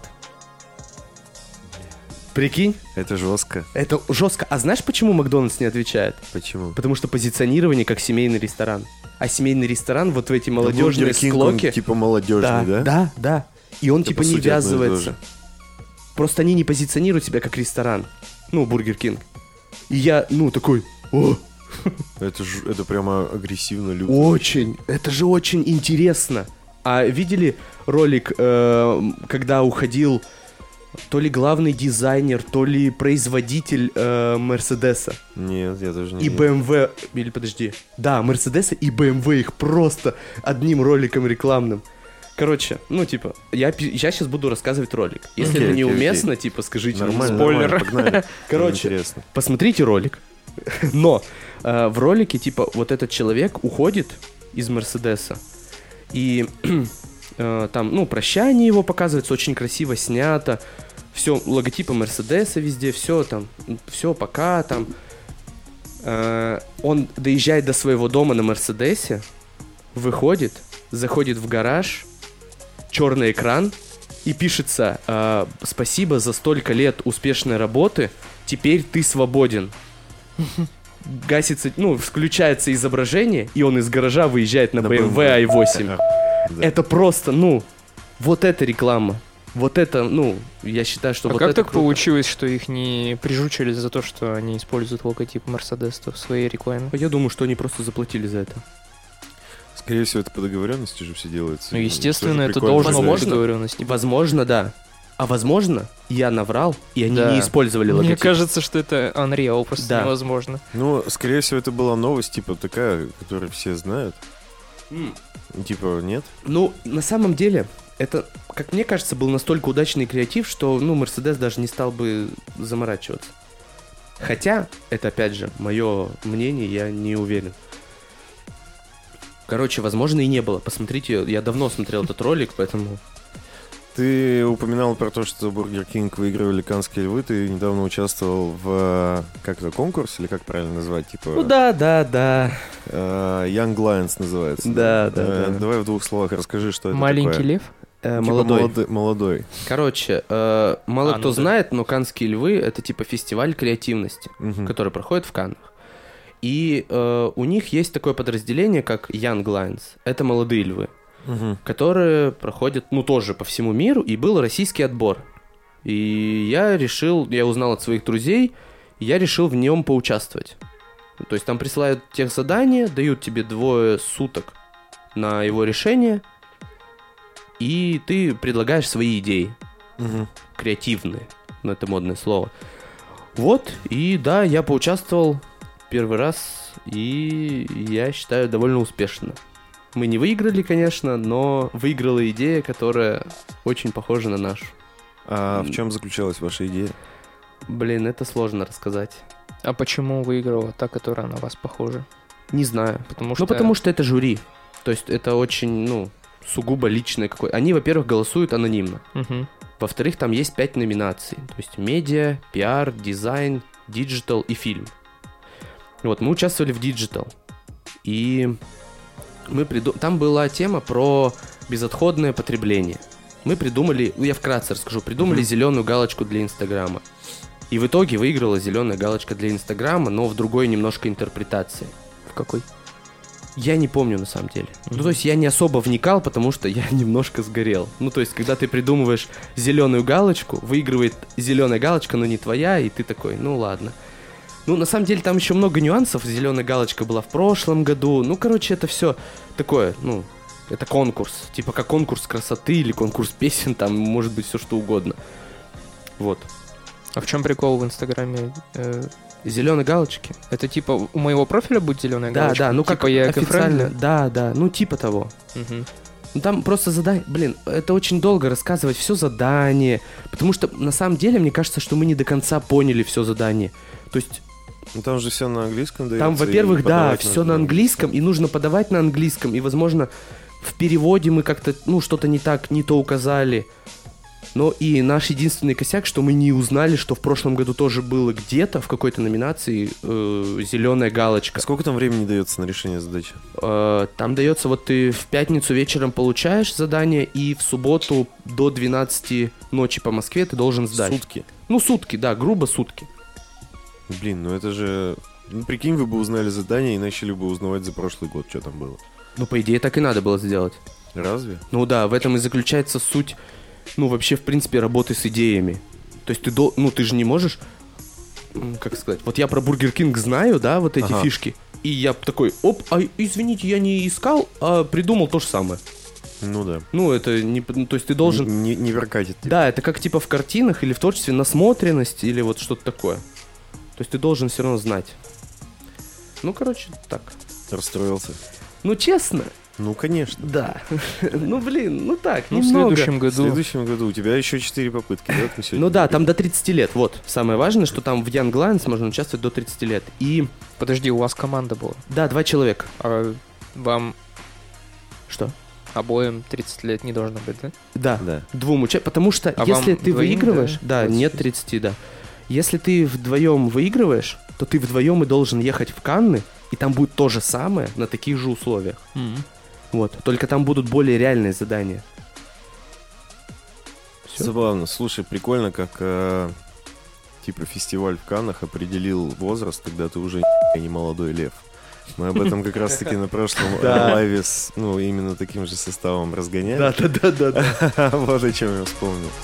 [SPEAKER 1] Прикинь,
[SPEAKER 2] Это жестко.
[SPEAKER 1] это жестко. А знаешь, почему Макдональдс не отвечает?
[SPEAKER 2] Почему?
[SPEAKER 1] Потому что позиционирование как семейный ресторан. А семейный ресторан вот в эти молодежные склоки...
[SPEAKER 2] типа молодежный, да?
[SPEAKER 1] да, да, да. И он
[SPEAKER 2] Это,
[SPEAKER 1] типа
[SPEAKER 2] по
[SPEAKER 1] не
[SPEAKER 2] сути, одно и то
[SPEAKER 1] ввязывается.
[SPEAKER 2] же.
[SPEAKER 1] Просто они не позиционируют себя как ресторан. Ну, Бургер Кинг. И я, ну, такой, о,
[SPEAKER 2] Это, ж- это прямо агрессивно люто.
[SPEAKER 1] очень, это же очень интересно. А видели ролик, э, когда уходил то ли главный дизайнер, то ли производитель э, Мерседеса
[SPEAKER 2] Нет, я даже не...
[SPEAKER 1] и BMW, или подожди, да, Мерседесы и BMW их просто одним роликом рекламным. Короче, ну типа, я, пи- я сейчас буду рассказывать ролик. Если
[SPEAKER 2] Окей,
[SPEAKER 1] это
[SPEAKER 2] окей,
[SPEAKER 1] неуместно, типа, скажите.
[SPEAKER 2] Нормально,
[SPEAKER 1] Спой-
[SPEAKER 3] Спойлер.
[SPEAKER 2] нормально, погнали.
[SPEAKER 1] Короче.
[SPEAKER 2] Интересно.
[SPEAKER 1] Посмотрите ролик. Но э, в ролике, типа, вот этот человек уходит из Мерседеса. И э, там, ну, прощание его показывается, очень красиво снято. Все, логотипы Мерседеса везде, все там, все, пока там. Э, он доезжает до своего дома на Мерседесе, выходит, заходит в гараж, черный экран, и пишется э, «Спасибо за столько лет успешной работы, теперь ты свободен». Гасится, ну, включается изображение, и он из гаража выезжает на, эм
[SPEAKER 2] На эм
[SPEAKER 1] BMW
[SPEAKER 2] BMW.
[SPEAKER 1] i8.
[SPEAKER 2] Да.
[SPEAKER 1] Это просто, ну, вот это реклама. Вот это, ну, я считаю, что
[SPEAKER 3] а
[SPEAKER 1] вот
[SPEAKER 3] как
[SPEAKER 1] это
[SPEAKER 3] так
[SPEAKER 1] круто.
[SPEAKER 3] получилось, что их не прижучили за то, что они используют логотип Мерседес в своей рекламе?
[SPEAKER 1] Я думаю, что они просто заплатили за это.
[SPEAKER 2] Скорее всего, это по договоренности же все делается.
[SPEAKER 3] Ну, естественно,
[SPEAKER 2] тоже
[SPEAKER 3] это
[SPEAKER 2] прикольно,
[SPEAKER 3] должно
[SPEAKER 1] да.
[SPEAKER 3] быть
[SPEAKER 1] Возможно.
[SPEAKER 3] договоренность.
[SPEAKER 1] Возможно, да. А возможно, я наврал, и они
[SPEAKER 3] Да.
[SPEAKER 1] не использовали
[SPEAKER 3] Мне
[SPEAKER 1] логотип.
[SPEAKER 3] кажется, что это Unreal, просто
[SPEAKER 1] Да.
[SPEAKER 3] невозможно.
[SPEAKER 2] Ну, скорее всего, это была новость, типа, такая, которую все знают. Типа, нет?
[SPEAKER 1] Ну, на самом деле, это как мне кажется, был настолько удачный креатив, что, ну, Мерседес даже не стал бы заморачиваться. Хотя, это опять же, мое мнение, я не уверен. Короче, возможно, и не было. Посмотрите, я давно смотрел этот ролик, поэтому...
[SPEAKER 2] Ты упоминал про то, что Бургер Кинг выигрывали канские львы. Ты недавно участвовал в э, как это конкурс или как правильно назвать типа
[SPEAKER 1] Ну да, да, да.
[SPEAKER 2] э, Young Lions называется.
[SPEAKER 1] Да, да,
[SPEAKER 2] Э,
[SPEAKER 1] да.
[SPEAKER 2] Давай в двух словах расскажи, что это
[SPEAKER 3] Маленький
[SPEAKER 2] такое.
[SPEAKER 3] лев?
[SPEAKER 1] Э,
[SPEAKER 2] Типа
[SPEAKER 1] молодой.
[SPEAKER 2] молоды- молодой.
[SPEAKER 1] Короче, э, мало
[SPEAKER 3] А, ну
[SPEAKER 1] кто
[SPEAKER 3] да.
[SPEAKER 1] знает, но Канские львы это типа фестиваль креативности,
[SPEAKER 2] Мгм.
[SPEAKER 1] который проходит в Каннах. И э, у них есть такое подразделение, как Young Lions. Это молодые львы.
[SPEAKER 2] Мгм.
[SPEAKER 1] которые проходят, ну, тоже по всему миру, и был российский отбор. И я решил, я узнал от своих друзей, и я решил в нем поучаствовать. Ну, То есть там присылают тех задания, дают тебе двое суток на его решение, и ты предлагаешь свои идеи,
[SPEAKER 2] Мгм.
[SPEAKER 1] креативные, но это модное слово. Вот, и да, я поучаствовал первый раз, и я считаю довольно успешно. Мы не выиграли, конечно, но выиграла идея, которая очень похожа на нашу.
[SPEAKER 2] А в чем заключалась ваша идея?
[SPEAKER 1] Блин, это сложно рассказать.
[SPEAKER 3] А почему выиграла та, которая на вас похожа?
[SPEAKER 1] Не знаю.
[SPEAKER 3] Потому что...
[SPEAKER 1] Ну, потому что это жюри. То есть это очень, ну, сугубо личное какое Они, во-первых, голосуют анонимно.
[SPEAKER 3] Мгм.
[SPEAKER 1] Во-вторых, там есть пять номинаций. То есть медиа, пиар, дизайн, диджитал и фильм. Вот, мы участвовали в диджитал. И мы приду... там была тема про безотходное потребление. Мы придумали, ну я вкратце расскажу, придумали
[SPEAKER 2] Мгм.
[SPEAKER 1] зеленую галочку для Инстаграма. И в итоге выиграла зеленая галочка для Инстаграма, но в другой немножко интерпретации.
[SPEAKER 3] В какой?
[SPEAKER 1] Я не помню на самом деле. Ну,
[SPEAKER 3] Мгм.
[SPEAKER 1] то есть я не особо вникал, потому что я немножко сгорел. Ну, то есть, когда ты придумываешь зеленую галочку, выигрывает зеленая галочка, но не твоя, и ты такой, ну ладно. Ну, на самом деле, там еще много нюансов. Зеленая галочка была в прошлом году. Ну, короче, это все такое, ну, это конкурс. Типа как конкурс красоты или конкурс песен, там может быть все что угодно. Вот.
[SPEAKER 3] А в чем прикол в Инстаграме? Э,
[SPEAKER 1] Зеленые галочки.
[SPEAKER 3] Это типа у моего профиля будет зеленая
[SPEAKER 1] Да,
[SPEAKER 3] галочка?
[SPEAKER 1] да, ну
[SPEAKER 3] Типа
[SPEAKER 1] как
[SPEAKER 3] я
[SPEAKER 1] официально. Да, да, ну типа того.
[SPEAKER 3] эко-френдли? Мгм.
[SPEAKER 1] Ну там просто задание... Блин, это очень долго рассказывать все задание, потому что на самом деле мне кажется, что мы не до конца поняли все задание. То есть
[SPEAKER 2] Ну там же все на английском дается.
[SPEAKER 1] там,
[SPEAKER 2] Э, и
[SPEAKER 1] во-первых, да,
[SPEAKER 2] подавать
[SPEAKER 1] все
[SPEAKER 2] нужно.
[SPEAKER 1] на английском, и нужно подавать на английском, и, возможно, в переводе мы как-то, ну, что-то не так, не то указали. Но и наш единственный косяк, что мы не узнали, что в прошлом году тоже было где-то в какой-то номинации зеленая галочка.
[SPEAKER 2] Сколько там времени дается на решение задачи?
[SPEAKER 1] Э, Там дается, вот ты в пятницу вечером получаешь задание, и в субботу до 12 ночи по Москве ты должен сдать.
[SPEAKER 2] Сутки.
[SPEAKER 1] Ну, сутки, да, грубо сутки.
[SPEAKER 2] Блин, ну это же... Ну, прикинь, вы бы узнали задание и начали бы узнавать за прошлый год, что там было.
[SPEAKER 1] Ну, по идее, так и надо было сделать.
[SPEAKER 2] Разве?
[SPEAKER 1] Ну да, в этом и заключается суть, ну, вообще, в принципе, работы с идеями. То есть ты, до... ну, ты же не можешь, м, как сказать, вот я про Бургер Кинг знаю, да, вот эти
[SPEAKER 2] Ага.
[SPEAKER 1] фишки, и я такой, оп, а извините, я не искал, а придумал то же самое.
[SPEAKER 2] Ну да.
[SPEAKER 1] Ну, это не, п- ну, то есть ты должен
[SPEAKER 2] Н- Не, не веркатит. типа.
[SPEAKER 1] Да, это как типа в картинах или в творчестве насмотренность или вот что-то такое. То есть ты должен все равно знать. Ну, короче, так.
[SPEAKER 2] Расстроился.
[SPEAKER 1] Ну, честно,
[SPEAKER 2] Ну, конечно.
[SPEAKER 1] да. ну, блин, ну так,
[SPEAKER 3] Ну, в
[SPEAKER 1] немного.
[SPEAKER 3] следующем
[SPEAKER 2] В
[SPEAKER 3] году...
[SPEAKER 2] следующем году у тебя еще 4 попытки, да, там сегодня
[SPEAKER 1] Ну да, там
[SPEAKER 2] говорили?
[SPEAKER 1] до 30 лет, вот. Самое важное, что там в Young Lions можно участвовать до 30 лет. И,
[SPEAKER 3] Подожди, у вас команда была.
[SPEAKER 1] да, два человека.
[SPEAKER 3] А вам
[SPEAKER 1] Что?
[SPEAKER 3] обоим 30 лет не должно быть, да?
[SPEAKER 1] Да,
[SPEAKER 2] Да.
[SPEAKER 1] двум уча... Потому что
[SPEAKER 3] А
[SPEAKER 1] если
[SPEAKER 3] вам
[SPEAKER 1] ты
[SPEAKER 3] двоим,
[SPEAKER 1] выигрываешь... Да,
[SPEAKER 3] да,
[SPEAKER 1] нет 30, да. Если ты вдвоем выигрываешь, то ты вдвоем и должен ехать в Канны, и там будет то же самое на таких же условиях. Вот. Только там будут более реальные задания. Всё.
[SPEAKER 2] Забавно. Слушай, прикольно, как э, типа фестиваль в Каннах определил возраст, когда ты уже а не молодой лев. Мы об этом как раз-таки на прошлом э,
[SPEAKER 1] Да.
[SPEAKER 2] лайве, с, ну, именно таким же составом разгоняли.
[SPEAKER 1] да, да, да, да.
[SPEAKER 2] Вот о чем я вспомнил.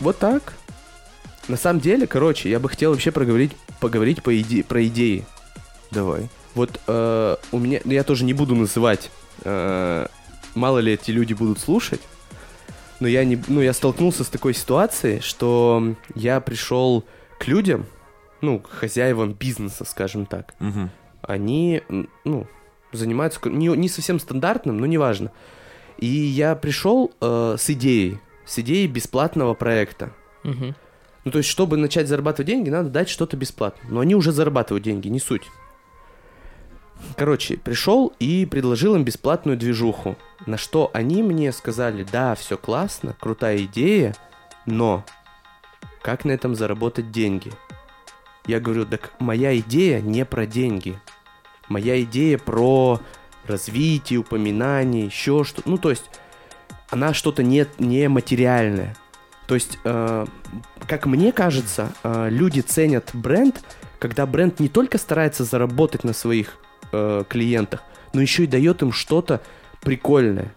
[SPEAKER 1] Вот так. На самом деле, короче, я бы хотел вообще проговорить, поговорить по иде- про идеи.
[SPEAKER 2] Давай.
[SPEAKER 1] Вот э, у меня, ну, я тоже не буду называть, э, мало ли эти люди будут слушать, но я не, ну я столкнулся с такой ситуацией, что я пришел к людям, ну к хозяевам бизнеса, скажем так,
[SPEAKER 2] Мгм.
[SPEAKER 1] они, м, ну занимаются ко- не, не совсем стандартным, но неважно. И я пришел э, с идеей, с идеей бесплатного проекта.
[SPEAKER 3] Мгм.
[SPEAKER 1] Ну, то есть, чтобы начать зарабатывать деньги, надо дать что-то бесплатно. Но они уже зарабатывают деньги, не суть. Короче, пришел и предложил им бесплатную движуху. На что они мне сказали, да, все классно, крутая идея, но как на этом заработать деньги? Я говорю, так моя идея не про деньги. Моя идея про развитие, упоминание, еще что-то. Ну, то есть, она что-то не, не материальное. То есть, э, как мне кажется, э, люди ценят бренд, когда бренд не только старается заработать на своих э, клиентах, но еще и дает им что-то прикольное.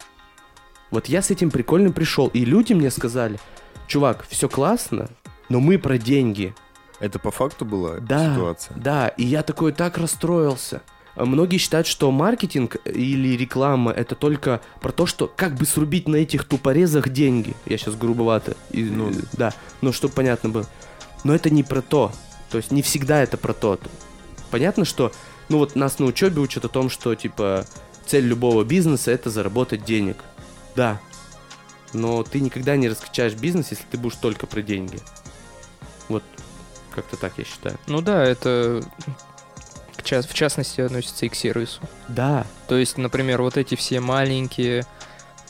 [SPEAKER 1] Вот я с этим прикольным пришел, и люди мне сказали, чувак, все классно, но мы про деньги.
[SPEAKER 2] Это по факту была
[SPEAKER 1] Да.
[SPEAKER 2] ситуация?
[SPEAKER 1] Да, и я такой так расстроился. А Многие считают, что маркетинг или реклама это только про то, что как бы срубить на этих тупорезах деньги. Я сейчас грубовато. и-
[SPEAKER 2] Ну.
[SPEAKER 1] да, ну чтобы понятно было. Но это не про то. То есть не всегда это про то. Понятно, что, ну вот нас на учебе учат о том, что типа цель любого бизнеса это заработать денег. Да. Но ты никогда не раскачаешь бизнес, если ты будешь только про деньги. Вот как-то так я считаю.
[SPEAKER 3] Ну да, это к час- в частности относится и к сервису.
[SPEAKER 1] Да,
[SPEAKER 3] То есть, например, вот эти все маленькие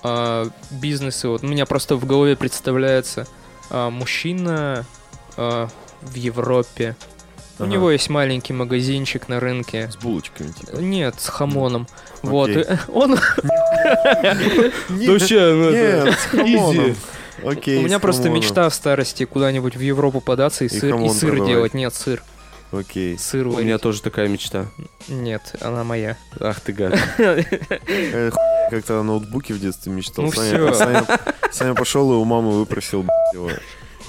[SPEAKER 3] а, бизнесы, вот у меня просто в голове представляется а, мужчина а, в Европе. У
[SPEAKER 2] Ага.
[SPEAKER 3] него есть маленький магазинчик на рынке.
[SPEAKER 2] С булочками, типа.
[SPEAKER 3] Нет, с хамоном. Вот.
[SPEAKER 2] Окей.
[SPEAKER 3] и Он
[SPEAKER 2] Нет,
[SPEAKER 1] Вообще, ну это...
[SPEAKER 2] нет, с хамоном. Окей,
[SPEAKER 3] У меня
[SPEAKER 2] с
[SPEAKER 3] просто
[SPEAKER 2] хамоном.
[SPEAKER 3] мечта в старости куда-нибудь в Европу податься и
[SPEAKER 2] И
[SPEAKER 3] сыр, и
[SPEAKER 2] хамон
[SPEAKER 3] сыр
[SPEAKER 2] продавать.
[SPEAKER 3] делать. Нет, сыр.
[SPEAKER 2] Окей.
[SPEAKER 3] Сыр
[SPEAKER 1] У
[SPEAKER 3] варить.
[SPEAKER 1] меня тоже такая мечта.
[SPEAKER 3] Нет, она моя.
[SPEAKER 1] Ах ты гад.
[SPEAKER 2] Э, хуй, Как-то о ноутбуке в детстве мечтал.
[SPEAKER 3] Ну
[SPEAKER 2] Саня,
[SPEAKER 3] всё.
[SPEAKER 2] Саня, Саня пошел и у мамы выпросил б***ь, его.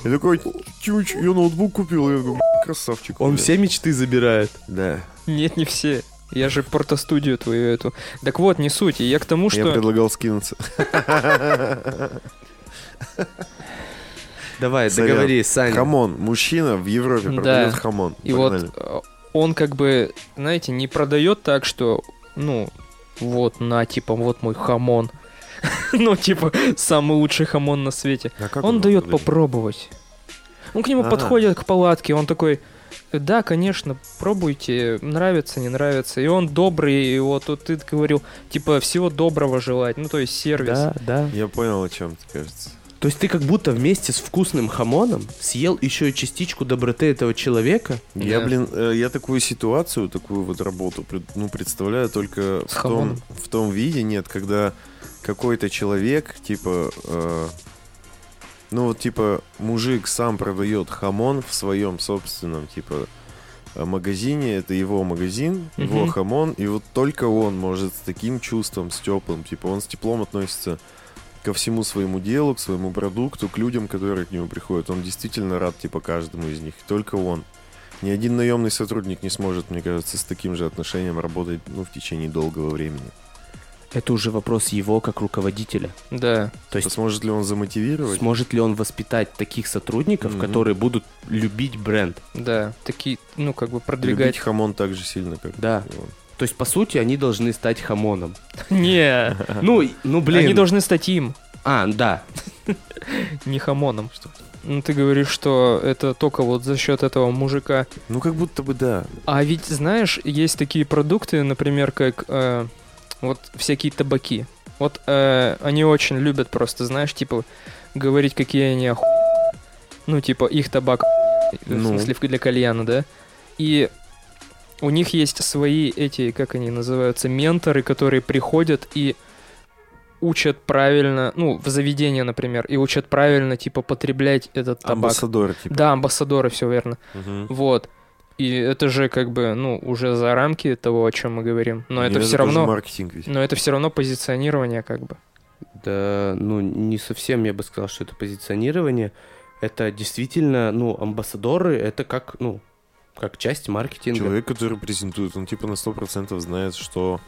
[SPEAKER 2] И такой, чуч, я ноутбук купил. Я говорю, «Б***ь, красавчик.
[SPEAKER 1] Он
[SPEAKER 2] блядь».
[SPEAKER 1] все мечты забирает.
[SPEAKER 2] Да.
[SPEAKER 3] Нет, не все. Я же портостудию твою эту. Так вот, не суть. И Я к
[SPEAKER 2] Я
[SPEAKER 3] тому, что...
[SPEAKER 2] предлагал скинуться.
[SPEAKER 1] Давай,
[SPEAKER 2] Сорян.
[SPEAKER 1] договори, Саня.
[SPEAKER 2] Хамон. Мужчина в Европе
[SPEAKER 3] Да.
[SPEAKER 2] продает хамон.
[SPEAKER 3] И
[SPEAKER 2] Погнали.
[SPEAKER 3] вот э, он как бы, знаете, не продает так, что, ну, вот на, типа, вот мой хамон. Ну, типа, самый лучший хамон на свете.
[SPEAKER 2] А как
[SPEAKER 3] Он
[SPEAKER 2] его
[SPEAKER 3] дает
[SPEAKER 2] продает?
[SPEAKER 3] попробовать. Ну, к нему
[SPEAKER 2] А.
[SPEAKER 3] подходят к палатке, он такой, да, конечно, пробуйте, нравится, не нравится. И он добрый, и вот тут ты говорил, типа, всего доброго желать, ну, то есть сервис.
[SPEAKER 1] Да, да.
[SPEAKER 2] Я понял, о чем ты, кажется.
[SPEAKER 1] То есть ты как будто вместе с вкусным хамоном съел еще и частичку доброты этого человека.
[SPEAKER 2] Я,
[SPEAKER 3] Да.
[SPEAKER 2] блин, э, я такую ситуацию, такую вот работу, пред- ну, представляю только
[SPEAKER 3] С
[SPEAKER 2] в том,
[SPEAKER 3] хамоном.
[SPEAKER 2] в том виде, нет, когда какой-то человек, типа, э, ну, вот, типа, мужик сам продает хамон в своем собственном, типа, э, магазине, это его магазин, его
[SPEAKER 3] Мгм.
[SPEAKER 2] хамон, и вот только он может с таким чувством, с теплым, типа, он с теплом относится ко всему своему делу, к своему продукту, к людям, которые к нему приходят. Он действительно рад, типа, каждому из них. И только он. Ни один наемный сотрудник не сможет, мне кажется, с таким же отношением работать, ну, в течение долгого времени.
[SPEAKER 1] Это уже вопрос его как руководителя.
[SPEAKER 3] Да.
[SPEAKER 1] То есть
[SPEAKER 2] Сможет ли он замотивировать?
[SPEAKER 1] сможет ли он воспитать таких сотрудников,
[SPEAKER 2] Мгм.
[SPEAKER 1] которые будут любить бренд?
[SPEAKER 3] Да, такие, ну, как бы
[SPEAKER 2] Любить
[SPEAKER 3] продвигать.
[SPEAKER 2] хамон так же сильно, как
[SPEAKER 1] Да.
[SPEAKER 2] и он.
[SPEAKER 1] То есть, по сути, они должны стать хамоном.
[SPEAKER 3] Не,
[SPEAKER 1] Ну, и- ну блин.
[SPEAKER 3] они должны стать им,
[SPEAKER 1] А, да.
[SPEAKER 3] не хамоном. Ну, ты говоришь, что это только вот за счет этого мужика.
[SPEAKER 2] Ну, как будто бы да.
[SPEAKER 3] А ведь, знаешь, есть такие продукты, например, как э, вот всякие табаки. Вот э, они очень любят просто, знаешь, типа, говорить, какие они оху... Ну, типа, их табак, в
[SPEAKER 2] Ну.
[SPEAKER 3] смысле, для кальяна, да? И у них есть свои эти, как они называются, менторы, которые приходят и учат правильно, ну, в заведение, например, и учат правильно, типа, потреблять этот табак.
[SPEAKER 2] Амбассадор, типа.
[SPEAKER 3] Да, амбассадоры, все верно.
[SPEAKER 2] Мгм.
[SPEAKER 3] Вот. И это же как бы, ну, уже за рамки того, о чем мы говорим. Но
[SPEAKER 2] И
[SPEAKER 3] это все
[SPEAKER 2] тоже
[SPEAKER 3] равно,
[SPEAKER 2] маркетинг ведь.
[SPEAKER 3] но это все равно позиционирование как бы.
[SPEAKER 1] Да, ну не совсем я бы сказал, что это позиционирование. Это действительно, ну, амбассадоры, это как, ну, как часть маркетинга.
[SPEAKER 2] Человек, который презентует, он типа на 100% знает, что...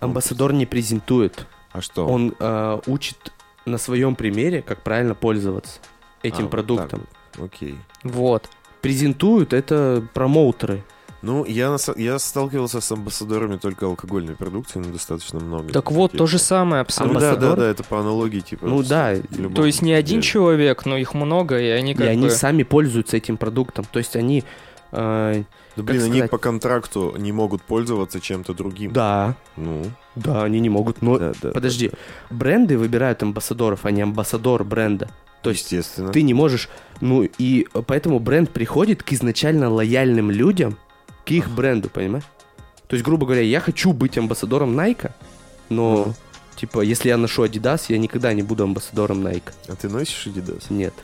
[SPEAKER 1] Амбассадор не презентует.
[SPEAKER 2] А что?
[SPEAKER 1] Он э, учит на своем примере, как правильно пользоваться этим
[SPEAKER 2] А, вот
[SPEAKER 1] продуктом.
[SPEAKER 2] Окей.
[SPEAKER 3] Вот.
[SPEAKER 1] Презентуют это промоутеры.
[SPEAKER 2] Ну, я, на са- я сталкивался с амбассадорами только алкогольной продукции, но достаточно много.
[SPEAKER 3] Так вот,
[SPEAKER 2] Таких.
[SPEAKER 3] то же самое
[SPEAKER 2] Ну,
[SPEAKER 3] абсолютно.
[SPEAKER 2] да, да, да, это по аналогии, типа.
[SPEAKER 1] Ну
[SPEAKER 2] с-
[SPEAKER 1] да,
[SPEAKER 2] в любом
[SPEAKER 3] То есть не один
[SPEAKER 2] деле.
[SPEAKER 3] человек, но их много, и они
[SPEAKER 1] И
[SPEAKER 3] как
[SPEAKER 1] они
[SPEAKER 3] бы...
[SPEAKER 1] сами пользуются этим продуктом. То есть они... э,
[SPEAKER 2] Да, блин,
[SPEAKER 1] как
[SPEAKER 2] они
[SPEAKER 1] сказать?
[SPEAKER 2] по контракту не могут пользоваться чем-то другим.
[SPEAKER 1] да,
[SPEAKER 2] Ну,
[SPEAKER 1] да, они не могут. Но
[SPEAKER 2] да, да.
[SPEAKER 1] подожди, бренды выбирают амбассадоров, а не амбассадор бренда. То есть
[SPEAKER 2] естественно.
[SPEAKER 1] ты не можешь... Ну и поэтому бренд приходит к изначально лояльным людям, к их бренду, понимаешь? То есть, грубо говоря, я хочу быть амбассадором Nike, но,
[SPEAKER 2] Мгм.
[SPEAKER 1] типа, если я ношу Adidas, я никогда не буду амбассадором Nike.
[SPEAKER 2] А ты носишь Adidas?
[SPEAKER 1] Нет.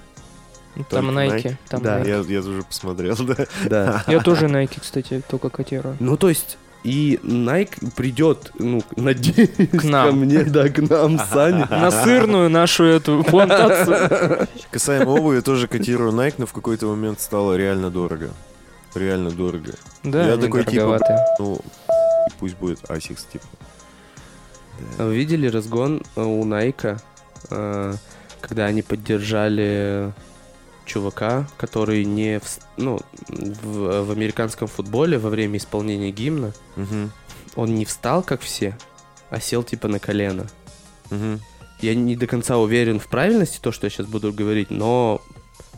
[SPEAKER 3] Там
[SPEAKER 2] Только
[SPEAKER 3] Nike.
[SPEAKER 2] Nike?
[SPEAKER 3] Там
[SPEAKER 1] Да.
[SPEAKER 3] Nike.
[SPEAKER 2] Я, я уже посмотрел, да.
[SPEAKER 1] Да.
[SPEAKER 3] Я тоже Nike, кстати, только котирую.
[SPEAKER 1] Ну, то есть, и Nike придет, ну, надеюсь,
[SPEAKER 3] К нам.
[SPEAKER 1] ко мне, да, к нам, Саня.
[SPEAKER 3] На сырную нашу эту плантацию.
[SPEAKER 2] Касаемо обуви, тоже котирую Nike, но в какой-то момент стало реально дорого. Реально дорого.
[SPEAKER 3] Да,
[SPEAKER 2] Я
[SPEAKER 3] они
[SPEAKER 2] такой, типа,
[SPEAKER 3] дороговатые.
[SPEAKER 2] Ну, и пусть будет Asics, типа. Да.
[SPEAKER 1] Видели разгон э, у Nike, э, когда они поддержали чувака, который не в, с- ну, в, в американском футболе во время исполнения гимна,
[SPEAKER 2] Мгм.
[SPEAKER 1] он не встал, как все, а сел типа на колено.
[SPEAKER 2] Мгм.
[SPEAKER 1] Я не до конца уверен в правильности то, что я сейчас буду говорить, но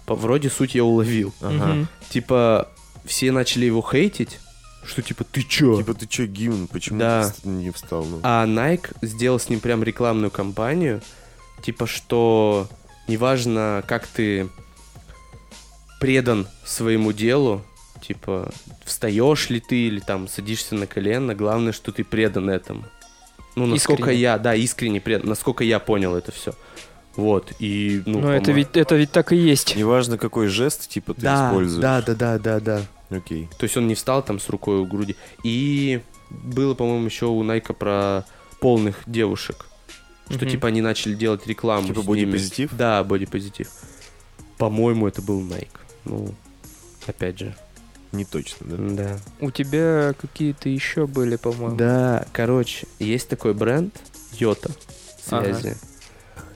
[SPEAKER 1] по- вроде суть я уловил.
[SPEAKER 2] Ага.
[SPEAKER 3] Мгм.
[SPEAKER 1] типа, все начали его хейтить, что типа, ты чё?
[SPEAKER 2] Типа, ты чё, гимн, почему
[SPEAKER 1] Да.
[SPEAKER 2] ты вст- не встал? Ну?
[SPEAKER 1] А Nike сделал с ним прям рекламную кампанию, типа, что неважно, как ты предан своему делу, типа, встаешь ли ты или там садишься на колено, главное, что ты предан этому. Ну, насколько
[SPEAKER 3] Искренне.
[SPEAKER 1] я, да, искренне предан, насколько я понял это все. Вот, и, ну,
[SPEAKER 3] Но это
[SPEAKER 1] по-моему-
[SPEAKER 3] ведь, это ведь так и есть.
[SPEAKER 2] Неважно, какой жест, типа, ты
[SPEAKER 1] да,
[SPEAKER 2] используешь.
[SPEAKER 1] да, да, да, да, да.
[SPEAKER 2] Окей.
[SPEAKER 1] То есть он не встал там с рукой у груди. И было, по-моему, еще у Найка про полных девушек. Что
[SPEAKER 3] Мгм.
[SPEAKER 1] типа они начали делать рекламу.
[SPEAKER 2] Типа
[SPEAKER 1] с ними.
[SPEAKER 2] бодипозитив?
[SPEAKER 1] Да, бодипозитив. По-моему, это был Nike. Ну, опять же.
[SPEAKER 2] Не точно, да?
[SPEAKER 1] Да.
[SPEAKER 3] У тебя какие-то еще были, по-моему.
[SPEAKER 1] Да, короче, есть такой бренд Йота.
[SPEAKER 3] Ага.
[SPEAKER 1] Связи.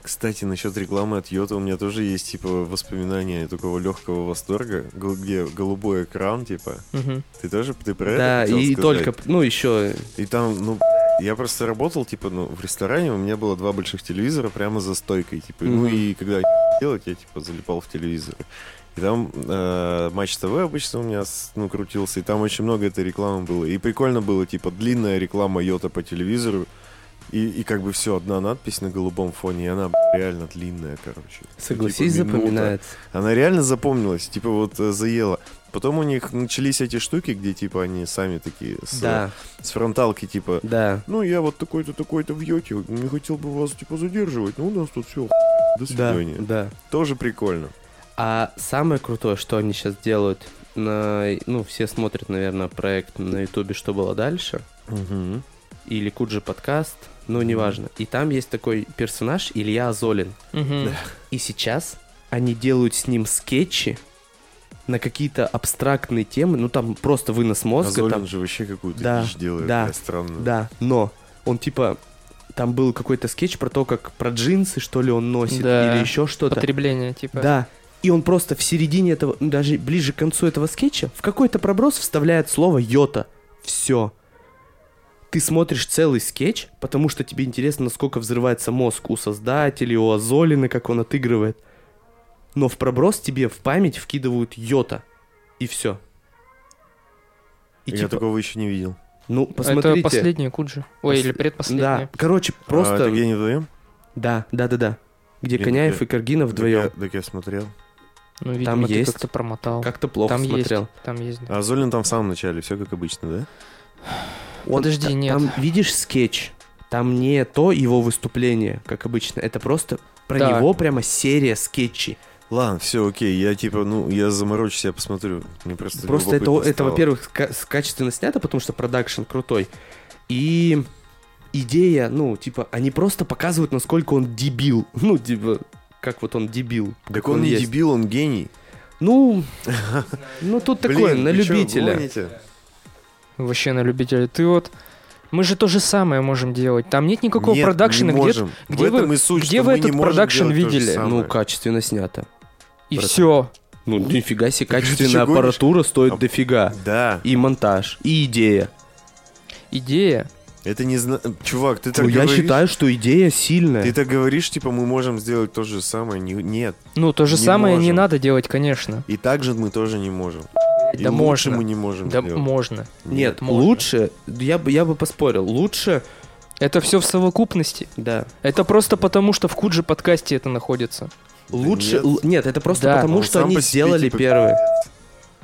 [SPEAKER 2] Кстати, насчет рекламы от Йота у меня тоже есть, типа, воспоминания такого легкого восторга, гол- где голубой экран, типа.
[SPEAKER 3] Мгм.
[SPEAKER 2] Ты тоже, ты про
[SPEAKER 1] Да,
[SPEAKER 2] это хотел
[SPEAKER 1] и
[SPEAKER 2] сказать?
[SPEAKER 1] только, ну, еще.
[SPEAKER 2] И там, ну, я просто работал, типа, ну, в ресторане, у меня было два больших телевизора прямо за стойкой, типа. Ну
[SPEAKER 1] Мгм.
[SPEAKER 2] и когда делать, я, типа, залипал в телевизор. И там э, Матч ТВ обычно у меня, с- ну, крутился, и там очень много этой рекламы было. И прикольно было, типа, длинная реклама Йота по телевизору, и, и как бы все, одна надпись на голубом фоне, и она б***ь, реально длинная, короче.
[SPEAKER 1] Согласись,
[SPEAKER 2] Типа минута.
[SPEAKER 1] запоминается.
[SPEAKER 2] Она реально запомнилась, типа вот э, заела. Потом у них начались эти штуки, где типа они сами такие с,
[SPEAKER 1] Да,
[SPEAKER 2] с фронталки типа
[SPEAKER 1] да.
[SPEAKER 2] ну, я вот такой-то, такой-то в йоте, не хотел бы вас, типа, задерживать, но у нас тут все, до
[SPEAKER 1] Да,
[SPEAKER 2] свидания.
[SPEAKER 1] да.
[SPEAKER 2] Тоже прикольно.
[SPEAKER 1] А самое крутое, что они сейчас делают, на- ну, все смотрят, наверное, проект на Ютубе «Что было дальше?» или «Куджи подкаст», ну, неважно. И там есть такой персонаж Илья Азолин.
[SPEAKER 3] Мгм.
[SPEAKER 1] И сейчас они делают с ним скетчи на какие-то абстрактные темы, ну, там просто вынос мозга.
[SPEAKER 2] Азолин
[SPEAKER 1] там...
[SPEAKER 2] же вообще какую-то
[SPEAKER 1] Да,
[SPEAKER 2] дичь делает,
[SPEAKER 1] да,
[SPEAKER 2] такая странная.
[SPEAKER 1] Да, но он типа... Там был какой-то скетч про то, как про джинсы, что ли, он носит,
[SPEAKER 3] Да.
[SPEAKER 1] или еще что-то.
[SPEAKER 3] Потребление, типа.
[SPEAKER 1] Да. И он просто в середине этого, ну, даже ближе к концу этого скетча, в какой-то проброс вставляет слово йота. Все. Ты смотришь целый скетч, потому что тебе интересно, насколько взрывается мозг у создателей, у Азолина, как он отыгрывает. Но в проброс тебе в память вкидывают йота. И все. И
[SPEAKER 2] Я
[SPEAKER 1] типа,
[SPEAKER 2] такого еще не видел.
[SPEAKER 1] ну,
[SPEAKER 3] Это
[SPEAKER 1] посмотрите.
[SPEAKER 3] последний Куджи. Ой,
[SPEAKER 1] Пос-
[SPEAKER 3] или
[SPEAKER 1] Да,
[SPEAKER 3] предпоследний.
[SPEAKER 1] короче,
[SPEAKER 2] А,
[SPEAKER 1] просто...
[SPEAKER 2] это где они вдвоем?
[SPEAKER 1] Да, да, да, да. Где
[SPEAKER 2] Блин,
[SPEAKER 1] Коняев
[SPEAKER 2] я-
[SPEAKER 1] и Каргинов
[SPEAKER 2] Так я-
[SPEAKER 1] вдвоем.
[SPEAKER 2] Так я, смотрел.
[SPEAKER 3] Ну, видимо,
[SPEAKER 1] Там
[SPEAKER 3] ты
[SPEAKER 1] есть.
[SPEAKER 3] как-то промотал.
[SPEAKER 1] Как-то плохо
[SPEAKER 3] там
[SPEAKER 1] смотрел.
[SPEAKER 3] есть. Там есть. да.
[SPEAKER 2] А Азолин там в самом начале, все как обычно, да?
[SPEAKER 1] Он-
[SPEAKER 3] Подожди,
[SPEAKER 1] та-
[SPEAKER 3] нет.
[SPEAKER 1] Там видишь скетч. Там не то его выступление, как обычно. Это просто про
[SPEAKER 3] Да.
[SPEAKER 1] него прямо серия скетчей.
[SPEAKER 2] Ладно, все, окей, я типа, ну, я заморочусь, я посмотрю. Мне просто
[SPEAKER 1] просто это,
[SPEAKER 2] любопытно
[SPEAKER 1] это
[SPEAKER 2] стало.
[SPEAKER 1] во-первых, ка- с- качественно снято, потому что продакшн крутой. И идея, ну, типа, они просто показывают, насколько он дебил. Ну, типа, как вот он дебил.
[SPEAKER 2] Так
[SPEAKER 1] как
[SPEAKER 2] он, не
[SPEAKER 1] есть.
[SPEAKER 2] дебил, он гений.
[SPEAKER 1] Ну, ну тут такое,
[SPEAKER 2] Блин,
[SPEAKER 1] на
[SPEAKER 2] вы чё, ну,
[SPEAKER 1] любителя.
[SPEAKER 2] гоните?
[SPEAKER 3] Ну, Вообще на любителя. Ты вот... Мы же то же самое можем делать. Там нет никакого
[SPEAKER 2] Нет,
[SPEAKER 3] продакшена,
[SPEAKER 2] не
[SPEAKER 3] где,
[SPEAKER 2] можем.
[SPEAKER 3] где
[SPEAKER 2] в этом
[SPEAKER 3] вы-
[SPEAKER 2] и суть,
[SPEAKER 3] где
[SPEAKER 2] что
[SPEAKER 3] вы
[SPEAKER 2] мы
[SPEAKER 3] этот
[SPEAKER 2] не можем
[SPEAKER 3] продакшен
[SPEAKER 2] делать то же
[SPEAKER 3] видели?
[SPEAKER 2] самое.
[SPEAKER 1] Ну, качественно Ну, снято.
[SPEAKER 3] и
[SPEAKER 1] Просто-
[SPEAKER 3] все.
[SPEAKER 1] Ну, нифига себе, качественная
[SPEAKER 2] чё гонишь?
[SPEAKER 1] аппаратура стоит дофига.
[SPEAKER 2] Да,
[SPEAKER 1] И монтаж, и идея.
[SPEAKER 3] Идея.
[SPEAKER 2] это не зна... Чувак, ты так
[SPEAKER 1] Ну, я
[SPEAKER 2] говоришь...
[SPEAKER 1] считаю, что идея сильная.
[SPEAKER 2] Ты так говоришь, типа, мы можем сделать то же самое. Не- Нет.
[SPEAKER 3] Ну, то же
[SPEAKER 2] Не
[SPEAKER 3] самое не
[SPEAKER 2] можем.
[SPEAKER 3] надо делать, конечно.
[SPEAKER 2] И так же мы тоже не можем. И
[SPEAKER 3] да
[SPEAKER 2] лучше
[SPEAKER 3] можно.
[SPEAKER 2] мы не можем
[SPEAKER 3] Да
[SPEAKER 2] сделать.
[SPEAKER 3] можно.
[SPEAKER 1] Нет,
[SPEAKER 3] можно.
[SPEAKER 1] лучше, я бы, я бы поспорил, лучше,
[SPEAKER 3] Это все в совокупности.
[SPEAKER 1] да,
[SPEAKER 3] Это просто потому, что в Куджи подкасте это находится.
[SPEAKER 1] лучше,
[SPEAKER 2] нет.
[SPEAKER 1] л- нет, это просто
[SPEAKER 3] Да.
[SPEAKER 1] потому,
[SPEAKER 2] Он
[SPEAKER 1] что
[SPEAKER 2] сам
[SPEAKER 1] они
[SPEAKER 2] по себе,
[SPEAKER 1] сделали
[SPEAKER 2] типа,
[SPEAKER 1] первые.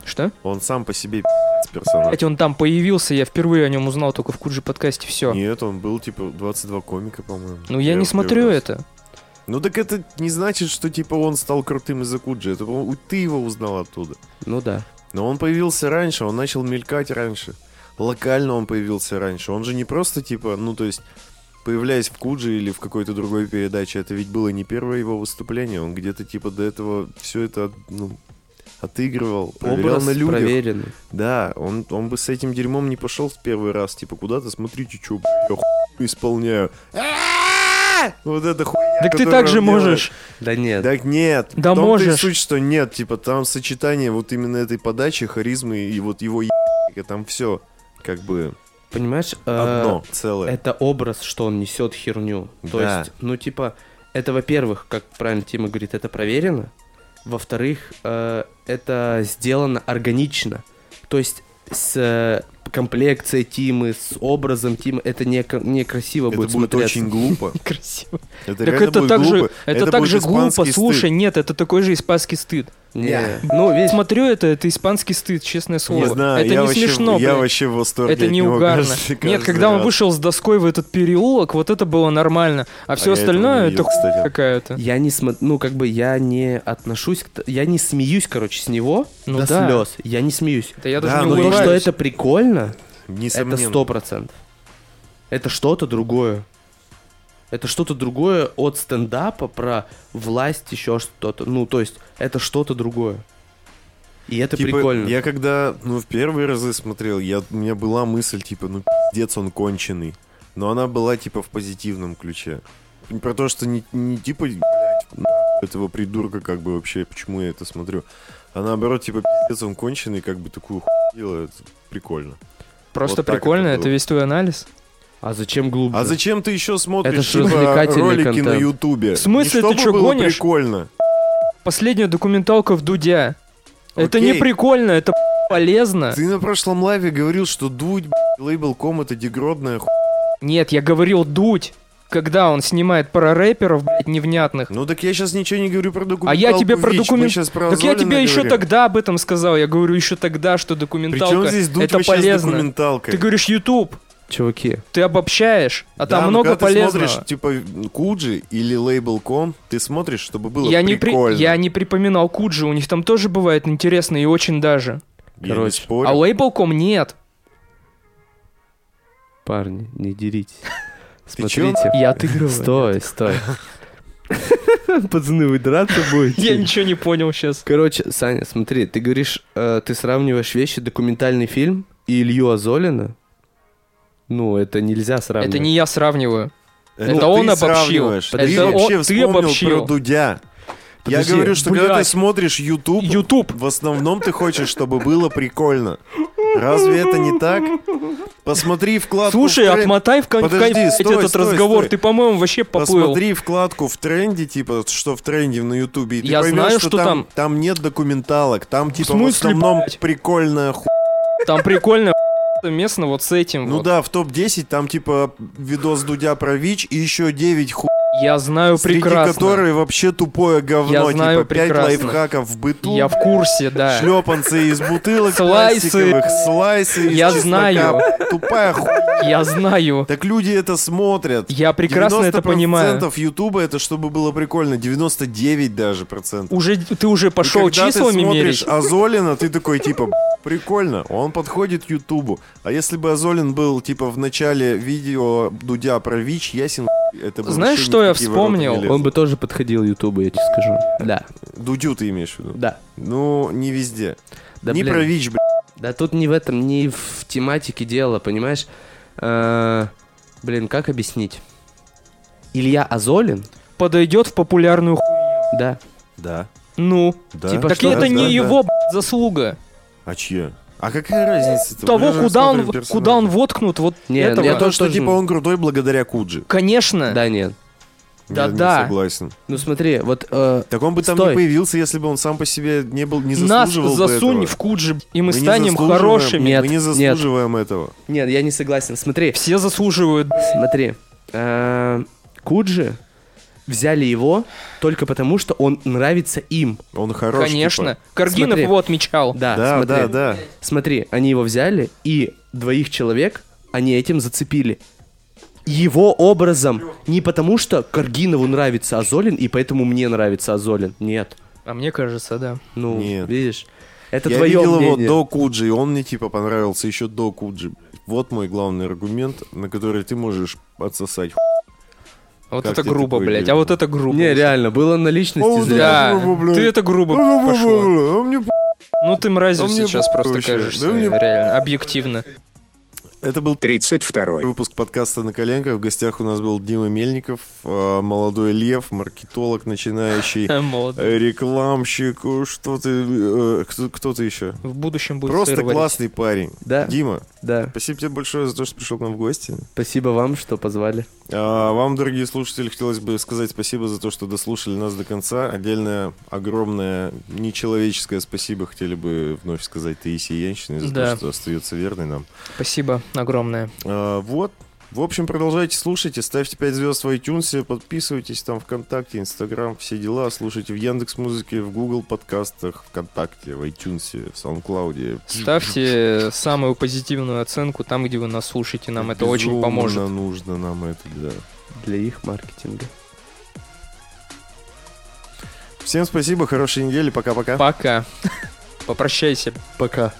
[SPEAKER 3] Что?
[SPEAKER 2] Он сам по себе пи***ц персонаж.
[SPEAKER 3] Кстати, он там появился, я впервые о нем узнал только в Куджи подкасте, все.
[SPEAKER 2] Нет, он был, типа, 22 комика, по-моему.
[SPEAKER 3] Ну, я не
[SPEAKER 2] первый
[SPEAKER 3] смотрю
[SPEAKER 2] раз.
[SPEAKER 3] это.
[SPEAKER 2] Ну, так это не значит, что, типа, он стал крутым из-за Куджи. Это, по-моему, ты его узнал оттуда.
[SPEAKER 1] Ну да.
[SPEAKER 2] Но он появился раньше, он начал мелькать раньше. Локально он появился раньше. Он же не просто типа, ну то есть, появляясь в Куджи или в какой-то другой передаче, это ведь было не первое его выступление. Он где-то типа до этого все это ну, отыгрывал, проверял
[SPEAKER 1] Образ
[SPEAKER 2] на людях.
[SPEAKER 1] проверенный.
[SPEAKER 2] Да, он, он бы с этим дерьмом не пошел в первый раз. Типа, куда-то смотрите, что я хуй исполняю. Вот это хуйня.
[SPEAKER 3] Так ты
[SPEAKER 2] которую
[SPEAKER 3] так же
[SPEAKER 2] он делает.
[SPEAKER 3] можешь.
[SPEAKER 1] Да нет.
[SPEAKER 2] Так нет.
[SPEAKER 3] Да
[SPEAKER 2] в том-то и
[SPEAKER 3] можешь.
[SPEAKER 2] суть, что нет, типа там сочетание вот именно этой подачи, харизмы и вот его ебаника, там все как бы
[SPEAKER 1] Понимаешь, э,
[SPEAKER 3] А,
[SPEAKER 2] одно целое.
[SPEAKER 1] это образ, что он несет херню. То
[SPEAKER 2] Да.
[SPEAKER 1] есть, ну типа, это, во-первых, как правильно Тима говорит, это проверено. Во-вторых, э, это сделано органично. То есть с э, комплекцией Тимы, с образом Тимы, это не, ко- некрасиво
[SPEAKER 2] Это
[SPEAKER 1] будет
[SPEAKER 2] будет
[SPEAKER 1] смотреться.
[SPEAKER 2] очень глупо.
[SPEAKER 3] Красиво.
[SPEAKER 2] Это
[SPEAKER 3] Так
[SPEAKER 2] реально
[SPEAKER 3] это
[SPEAKER 2] будет
[SPEAKER 3] так же,
[SPEAKER 2] глупо.
[SPEAKER 3] это так
[SPEAKER 2] будет
[SPEAKER 3] же глупо,
[SPEAKER 2] испанский стыд.
[SPEAKER 3] слушай, нет, это такой же испанский стыд.
[SPEAKER 1] Не.
[SPEAKER 2] Я-
[SPEAKER 1] Ну, весь
[SPEAKER 3] Смотрю это, это испанский стыд, честное слово.
[SPEAKER 2] Не знаю,
[SPEAKER 3] это
[SPEAKER 2] я
[SPEAKER 3] не
[SPEAKER 2] вообще,
[SPEAKER 3] смешно,
[SPEAKER 2] Я
[SPEAKER 3] блядь.
[SPEAKER 2] вообще в восторге.
[SPEAKER 3] Это
[SPEAKER 2] от
[SPEAKER 3] не
[SPEAKER 2] него
[SPEAKER 3] угарно.
[SPEAKER 2] каждый-
[SPEAKER 3] Нет,
[SPEAKER 2] каждый
[SPEAKER 3] когда он
[SPEAKER 2] раз.
[SPEAKER 3] вышел с доской в этот переулок, вот это было нормально. А
[SPEAKER 2] я
[SPEAKER 3] все
[SPEAKER 2] этого
[SPEAKER 3] остальное
[SPEAKER 2] не
[SPEAKER 3] это
[SPEAKER 2] видел,
[SPEAKER 3] хуйня
[SPEAKER 2] кстати.
[SPEAKER 3] какая-то.
[SPEAKER 1] Я не смо... ну как бы я не отношусь, к... т- я не смеюсь, короче, с него
[SPEAKER 3] Ну
[SPEAKER 1] до
[SPEAKER 3] да.
[SPEAKER 1] слез. Я не смеюсь.
[SPEAKER 3] Да я даже
[SPEAKER 2] Да,
[SPEAKER 3] не
[SPEAKER 2] ну
[SPEAKER 1] Но то,
[SPEAKER 3] улыбаюсь.
[SPEAKER 1] что это прикольно,
[SPEAKER 2] Несомненно.
[SPEAKER 1] это сто процентов. Это что-то другое. Это что-то другое от стендапа про власть, еще что-то. Ну, то есть, это что-то другое. И это
[SPEAKER 2] Типа,
[SPEAKER 1] прикольно.
[SPEAKER 2] Я когда, ну, в первые разы смотрел, я, у меня была мысль, типа, ну, пиздец, он конченый. Но она была, типа, в позитивном ключе. Про то, что не, не типа, «Блядь, нахуй этого придурка, как бы, вообще, почему я это смотрю. А наоборот, типа, пиздец, он конченый, как бы, такую хуйню делает. Прикольно.
[SPEAKER 3] Просто
[SPEAKER 2] вот так
[SPEAKER 3] прикольно,
[SPEAKER 2] это
[SPEAKER 3] это,
[SPEAKER 2] было.
[SPEAKER 3] весь твой анализ.
[SPEAKER 1] А зачем глубже?
[SPEAKER 2] А зачем ты еще смотришь,
[SPEAKER 1] ж
[SPEAKER 2] типа,
[SPEAKER 1] развлекательный
[SPEAKER 2] ролики на
[SPEAKER 1] контент.
[SPEAKER 2] Ютубе?
[SPEAKER 3] В смысле,
[SPEAKER 2] Не чтобы
[SPEAKER 3] ты чё,
[SPEAKER 2] было
[SPEAKER 3] гонишь?
[SPEAKER 2] прикольно.
[SPEAKER 3] Последняя документалка в Дудя. Это
[SPEAKER 2] Окей.
[SPEAKER 3] не прикольно, это полезно.
[SPEAKER 2] Ты на прошлом лайве говорил, что дуть, блядь, лейбл.ком это дегродная хуйня.
[SPEAKER 3] Нет, я говорил Дудь, когда он снимает про рэперов, блядь, невнятных.
[SPEAKER 2] Ну так я сейчас ничего не говорю про
[SPEAKER 3] А
[SPEAKER 2] документалку.
[SPEAKER 3] я тебе про
[SPEAKER 2] Вич, мы
[SPEAKER 3] документ-
[SPEAKER 2] щас про
[SPEAKER 3] Так я
[SPEAKER 2] Золина
[SPEAKER 3] тебе еще
[SPEAKER 2] говорим.
[SPEAKER 3] тогда об этом сказал. Я говорю еще тогда, что
[SPEAKER 2] Причем
[SPEAKER 3] документалка.
[SPEAKER 2] здесь Дудь
[SPEAKER 3] это
[SPEAKER 2] вообще с
[SPEAKER 3] полезно.
[SPEAKER 2] документалкой?
[SPEAKER 3] Ты говоришь YouTube,
[SPEAKER 1] Чуваки,
[SPEAKER 3] ты обобщаешь, а
[SPEAKER 2] Да,
[SPEAKER 3] там
[SPEAKER 2] но
[SPEAKER 3] много
[SPEAKER 2] когда
[SPEAKER 3] полезного.
[SPEAKER 2] Ты смотришь, типа, Куджи или лейбл.ком, ты смотришь, чтобы было
[SPEAKER 3] я, не при-
[SPEAKER 2] прикольно.
[SPEAKER 3] я не припоминал Куджи, у них там тоже бывает интересно и очень даже.
[SPEAKER 2] Я
[SPEAKER 1] Короче,
[SPEAKER 2] не спорю.
[SPEAKER 3] А лейблком нет.
[SPEAKER 1] парни, не деритесь.
[SPEAKER 2] Ты чё?
[SPEAKER 1] Смотрите.
[SPEAKER 3] Я отыгрываю.
[SPEAKER 1] Стой, стой. Пацаны, вы драться будете?
[SPEAKER 3] Я ничего не понял сейчас.
[SPEAKER 1] Короче, Саня, смотри, ты говоришь, э, ты сравниваешь вещи, документальный фильм и Илью Азолина. Ну, это нельзя сравнивать.
[SPEAKER 3] Это не я сравниваю.
[SPEAKER 2] Ну,
[SPEAKER 3] это
[SPEAKER 2] ты
[SPEAKER 3] он обобщил.
[SPEAKER 2] сравниваешь.
[SPEAKER 3] Это
[SPEAKER 2] ты
[SPEAKER 3] он-
[SPEAKER 2] вообще
[SPEAKER 3] ты
[SPEAKER 2] вспомнил
[SPEAKER 3] обобщил.
[SPEAKER 2] про Дудя.
[SPEAKER 1] Подожди,
[SPEAKER 2] я говорю, что когда ты
[SPEAKER 3] блядь.
[SPEAKER 2] смотришь YouTube,
[SPEAKER 3] Ютуб.
[SPEAKER 2] в основном ты хочешь, чтобы было прикольно. Разве это не так? Посмотри вкладку.
[SPEAKER 3] Слушай,
[SPEAKER 2] в трек.
[SPEAKER 3] отмотай в кон- в
[SPEAKER 2] Подожди,
[SPEAKER 3] конец
[SPEAKER 2] стой,
[SPEAKER 3] этот
[SPEAKER 2] стой,
[SPEAKER 3] разговор.
[SPEAKER 2] стой.
[SPEAKER 3] Ты, по-моему, вообще поплыл.
[SPEAKER 2] Посмотри вкладку в тренде, типа, что в тренде на Ютубе, и ты
[SPEAKER 3] Я
[SPEAKER 2] поймешь,
[SPEAKER 3] знаю,
[SPEAKER 2] что,
[SPEAKER 3] что
[SPEAKER 2] там,
[SPEAKER 3] там.
[SPEAKER 2] там нет документалок, там, типа, в,
[SPEAKER 3] смысле,
[SPEAKER 2] основном
[SPEAKER 3] блядь?
[SPEAKER 2] прикольная ху...
[SPEAKER 3] Там прикольно местно вот с этим.
[SPEAKER 2] Ну
[SPEAKER 3] вот.
[SPEAKER 2] да, в топ-10 там, типа, видос Дудя про ВИЧ и еще 9 ху...
[SPEAKER 3] Я знаю
[SPEAKER 2] среди
[SPEAKER 3] прекрасно.
[SPEAKER 2] которых вообще тупое говно,
[SPEAKER 3] Я знаю
[SPEAKER 2] типа, 5
[SPEAKER 3] прекрасно.
[SPEAKER 2] лайфхаков в быту,
[SPEAKER 3] Я в курсе, да.
[SPEAKER 2] шлепанцы из бутылок
[SPEAKER 3] Слайсы.
[SPEAKER 2] пластиковых, слайсы из
[SPEAKER 3] Я
[SPEAKER 2] чеснока.
[SPEAKER 3] знаю.
[SPEAKER 2] Тупая ху...
[SPEAKER 3] Я знаю.
[SPEAKER 2] Так люди это смотрят.
[SPEAKER 3] Я прекрасно это понимаю.
[SPEAKER 2] 90% Ютуба это чтобы было прикольно, 99 даже процентов.
[SPEAKER 3] Уже, ты уже пошел
[SPEAKER 2] И когда
[SPEAKER 3] числами
[SPEAKER 2] ты смотришь
[SPEAKER 3] мерить.
[SPEAKER 2] Азолина, ты такой, типа, прикольно, он подходит Ютубу. А если бы Азолин был, типа, в начале видео Дудя про ВИЧ, ясен хуй, это бы
[SPEAKER 3] Знаешь,
[SPEAKER 2] вообще
[SPEAKER 3] что
[SPEAKER 2] ни в
[SPEAKER 3] я
[SPEAKER 2] какие ворота не
[SPEAKER 3] вспомнил?
[SPEAKER 2] лез.
[SPEAKER 1] Он бы тоже подходил Ютубу, я тебе скажу. Да,
[SPEAKER 2] Дудю ты имеешь в виду?
[SPEAKER 1] да.
[SPEAKER 2] Ну, не везде.
[SPEAKER 1] Да,
[SPEAKER 2] не
[SPEAKER 1] блин,
[SPEAKER 2] про ВИЧ, блядь.
[SPEAKER 1] да тут не в этом, не в тематике дело, понимаешь? Э, блин, как объяснить? Илья Азолин,
[SPEAKER 3] Подойдет в популярную ху...
[SPEAKER 1] да,
[SPEAKER 2] Да.
[SPEAKER 3] Ну,
[SPEAKER 2] Да?
[SPEAKER 1] Типа,
[SPEAKER 3] так
[SPEAKER 1] что?
[SPEAKER 3] это
[SPEAKER 2] Да,
[SPEAKER 3] не
[SPEAKER 2] да,
[SPEAKER 3] его б***ь, заслуга.
[SPEAKER 2] А чья? А какая разница?
[SPEAKER 3] Того, куда он, в- куда он воткнут, вот
[SPEAKER 1] Не,
[SPEAKER 3] этого.
[SPEAKER 1] я
[SPEAKER 2] Я то,
[SPEAKER 1] тоже-
[SPEAKER 2] что
[SPEAKER 1] тоже-
[SPEAKER 2] типа он крутой благодаря Куджи. Э.
[SPEAKER 3] Конечно.
[SPEAKER 1] Да, нет.
[SPEAKER 2] Я
[SPEAKER 3] Да-да.
[SPEAKER 2] не согласен.
[SPEAKER 1] Ну смотри, вот э,
[SPEAKER 2] Так он бы там
[SPEAKER 1] Стой.
[SPEAKER 2] не появился, если бы он сам по себе не был не
[SPEAKER 3] Нас
[SPEAKER 2] заслуживал бы
[SPEAKER 3] засунь
[SPEAKER 2] этого.
[SPEAKER 3] в Куджи, и мы
[SPEAKER 2] не
[SPEAKER 3] станем
[SPEAKER 2] заслуживаем-
[SPEAKER 3] хорошими.
[SPEAKER 1] Нет,
[SPEAKER 2] мы не
[SPEAKER 1] нет.
[SPEAKER 2] заслуживаем этого.
[SPEAKER 1] нет, я не согласен. Смотри,
[SPEAKER 3] Все заслуживают.
[SPEAKER 1] смотри. э, Куджи взяли его только потому, что он нравится им.
[SPEAKER 2] Он хороший.
[SPEAKER 3] Конечно. Каргинов
[SPEAKER 1] Смотри.
[SPEAKER 3] его отмечал.
[SPEAKER 1] Да,
[SPEAKER 2] типа. Да,
[SPEAKER 1] А, смотри.
[SPEAKER 2] да, да.
[SPEAKER 1] Смотри, они его взяли, и двоих человек они этим зацепили. Его образом. Не потому, что Каргинову нравится Азолин, и поэтому мне нравится Азолин. Нет.
[SPEAKER 3] А мне кажется, да.
[SPEAKER 1] Ну,
[SPEAKER 2] Нет.
[SPEAKER 1] видишь? Это
[SPEAKER 2] я
[SPEAKER 1] твое
[SPEAKER 2] видел
[SPEAKER 1] мнение.
[SPEAKER 2] его до Куджи, и он мне типа понравился еще до Куджи. Вот мой главный аргумент, на который ты можешь отсосать.
[SPEAKER 3] Вот
[SPEAKER 2] Как
[SPEAKER 3] это
[SPEAKER 2] тебе
[SPEAKER 3] грубо,
[SPEAKER 2] такое
[SPEAKER 3] блядь.
[SPEAKER 2] видно?
[SPEAKER 3] А вот это грубо.
[SPEAKER 1] Не, реально, было на личности
[SPEAKER 2] О,
[SPEAKER 1] зря.
[SPEAKER 3] Да,
[SPEAKER 2] Грубо, блядь.
[SPEAKER 3] ты это грубо пошло.
[SPEAKER 2] А мне п-
[SPEAKER 3] Ну ты мразью
[SPEAKER 2] Да мне
[SPEAKER 3] сейчас
[SPEAKER 2] похуй
[SPEAKER 3] просто
[SPEAKER 2] вообще.
[SPEAKER 3] кажешься,
[SPEAKER 2] Да мне
[SPEAKER 3] реально, объективно.
[SPEAKER 2] Это был
[SPEAKER 4] 32.
[SPEAKER 2] выпуск подкаста «На коленках». В гостях у нас был Дима Мельников, э, молодой лев, маркетолог начинающий,
[SPEAKER 3] Молодо.
[SPEAKER 2] э, рекламщик, э, что ты, э, кто, кто ты еще?
[SPEAKER 3] В будущем будет
[SPEAKER 2] Просто
[SPEAKER 3] сыр варить.
[SPEAKER 2] классный парень.
[SPEAKER 1] Да,
[SPEAKER 2] Дима,
[SPEAKER 1] да.
[SPEAKER 2] спасибо тебе большое за то, что пришел к нам в гости.
[SPEAKER 1] Спасибо вам, что позвали.
[SPEAKER 2] А, Вам, дорогие слушатели, хотелось бы сказать спасибо за то, что дослушали нас до конца. Отдельное, огромное, нечеловеческое спасибо хотели бы вновь сказать Таисии Янщиной за
[SPEAKER 3] Да.
[SPEAKER 2] то, что остается верной нам.
[SPEAKER 3] Спасибо огромное.
[SPEAKER 2] А, вот. В общем, продолжайте, слушайте, ставьте 5 звезд в iTunes, подписывайтесь там ВКонтакте, Инстаграм, все дела. Слушайте в Яндекс Музыке, в Google подкастах, ВКонтакте, в iTunes, в SoundCloud.
[SPEAKER 3] Ставьте самую позитивную оценку там, где вы нас слушаете. Нам это очень
[SPEAKER 2] Безумно
[SPEAKER 3] поможет.
[SPEAKER 2] нужно нам это, да.
[SPEAKER 1] Для их маркетинга.
[SPEAKER 2] Всем спасибо, хорошей недели, пока-пока.
[SPEAKER 3] Пока. Попрощайся. Пока.